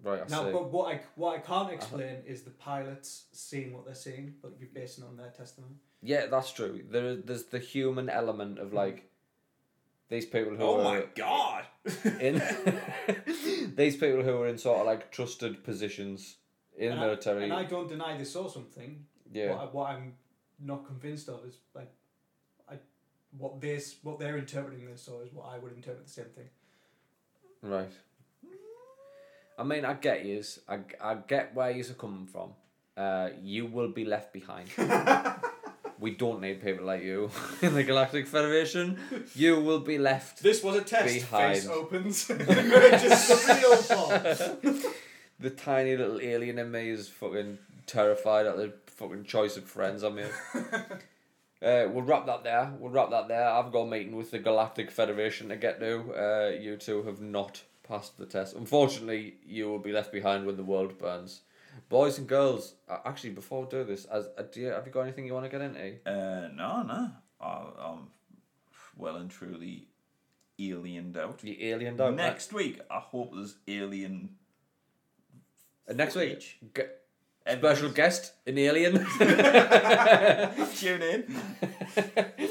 Right, I now, see. but what I what I can't Uh-huh. explain is the pilots seeing what they're seeing, but you're basing it on their testimony. Yeah, that's true. There, there's the human element Hmm. of like these people who oh are my god! in these people who are in sort of like trusted positions in and I, military. and I don't deny they saw something. yeah. What, I, what I'm not convinced of is like, I what they s- what they're interpreting this saw is what I would interpret the same thing. Right. I mean, I get yous. I, I get where yous are coming from. Uh, you will be left behind. we don't need people like you in the Galactic Federation. You will be left. This was a test. Behind. Face opens. Just the real saw. The tiny little alien in me is fucking terrified at the fucking choice of friends I'm here. Uh, we'll wrap that there. We'll wrap that there. I've got a meeting with the Galactic Federation to get to. Uh, you two have not passed the test. Unfortunately, you will be left behind when the world burns. Boys and girls, uh, actually, before we do this, as uh, do you, have you got anything you want to get into? Uh, no, no. I, I'm well and truly aliened out. You aliened out. right? Next week, I hope there's alien. Uh, next week, footage. ge- special guest, an alien. Tune in.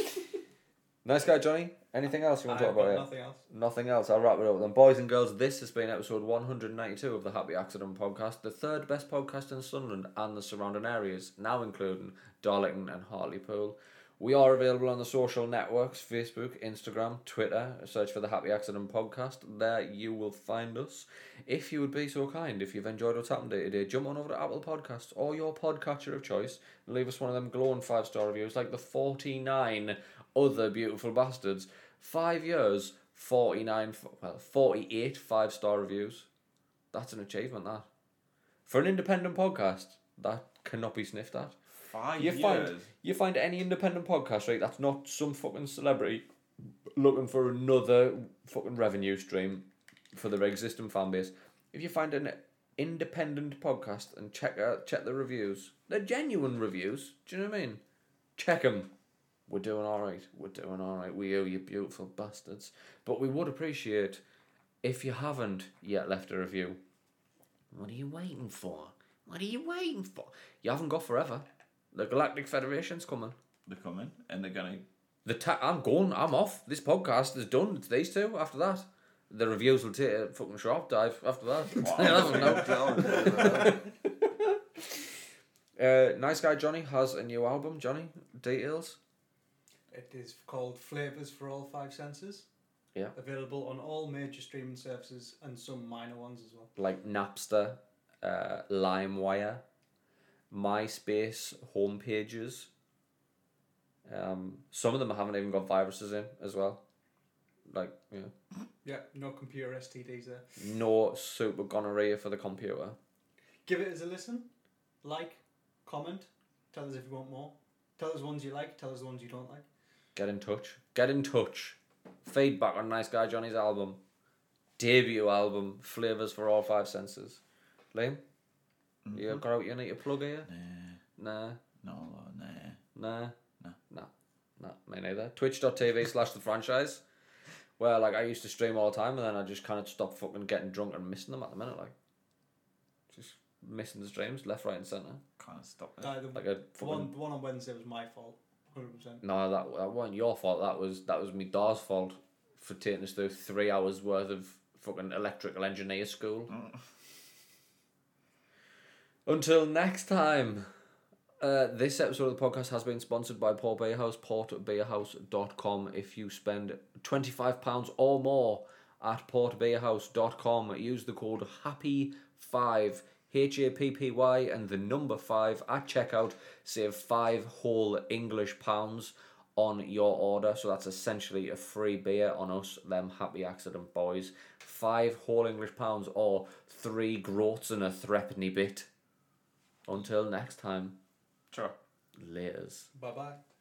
nice guy, Johnny. Anything else you want I've to talk got about? here? nothing else. Nothing else. I'll wrap it up then. Boys and girls, this has been episode 192 of the Happy Accident Podcast, the third best podcast in Sunderland and the surrounding areas, now including Darlington and Hartlepool. We are available on the social networks Facebook, Instagram, Twitter. Search for the Happy Accident Podcast. There you will find us. If you would be so kind, if you've enjoyed what's happened here today, jump on over to Apple Podcasts or your podcatcher of choice and leave us one of them glowing five star reviews like the 49 other beautiful bastards. Five years, 49, f- well, 48 five star reviews. That's an achievement, that. For an independent podcast, that cannot be sniffed at. Five You years. find you find any independent podcast right that's not some fucking celebrity looking for another fucking revenue stream for their existing fan base. If you find an independent podcast and check out check the reviews, they're genuine reviews. Do you know what I mean? Check them. We're doing all right. We're doing all right. We owe you beautiful bastards. But we would appreciate if you haven't yet left a review. What are you waiting for? What are you waiting for? You haven't got forever. The Galactic Federation's coming. They're coming and they're gonna. The ta- I'm gone. I'm off. This podcast is done. It's these two. After that, the reviews will take a fucking sharp dive. After that, I don't know. Uh, nice guy Johnny has a new album. Johnny details. It is called Flavors for All Five Senses. Yeah. Available on all major streaming services and some minor ones as well. like Napster, uh, LimeWire, MySpace homepages. Um, some of them haven't even got viruses in as well. Like, you know, Yeah, no computer STDs there. no super gonorrhea for the computer. Give it as a listen. Like, comment, tell us if you want more. Tell us ones you like, tell us the ones you don't like. Get in touch. Get in touch. Feedback on Nice Guy Johnny's album. Debut album, Flavours for All Five Senses. Liam? You got out you need to plug here? Nah. No, nah. Nah. No. Nah. Nah, me neither. Twitch.tv slash the franchise. Where like I used to stream all the time and then I just kinda stopped fucking getting drunk and missing them at the minute, like just missing the streams left, right and centre. Can't stop it. Uh, the, Like a the fucking one, the one on Wednesday was my fault, 100%. No, that that wasn't your fault, that was that was me Dar's fault for taking us through three hours worth of fucking electrical engineer school. Until next time. Uh, this episode of the podcast has been sponsored by Paul Beerhouse, portbeerhouse.com. If you spend £25 or more at portbeerhouse.com, use the code HAPPY5, H A P P Y, and the number 5 at checkout. Save 5 whole English pounds on your order. So that's essentially a free beer on us, them happy accident boys. 5 whole English pounds or 3 groats and a threepenny bit. Until next time, Sure. laters. Bye bye.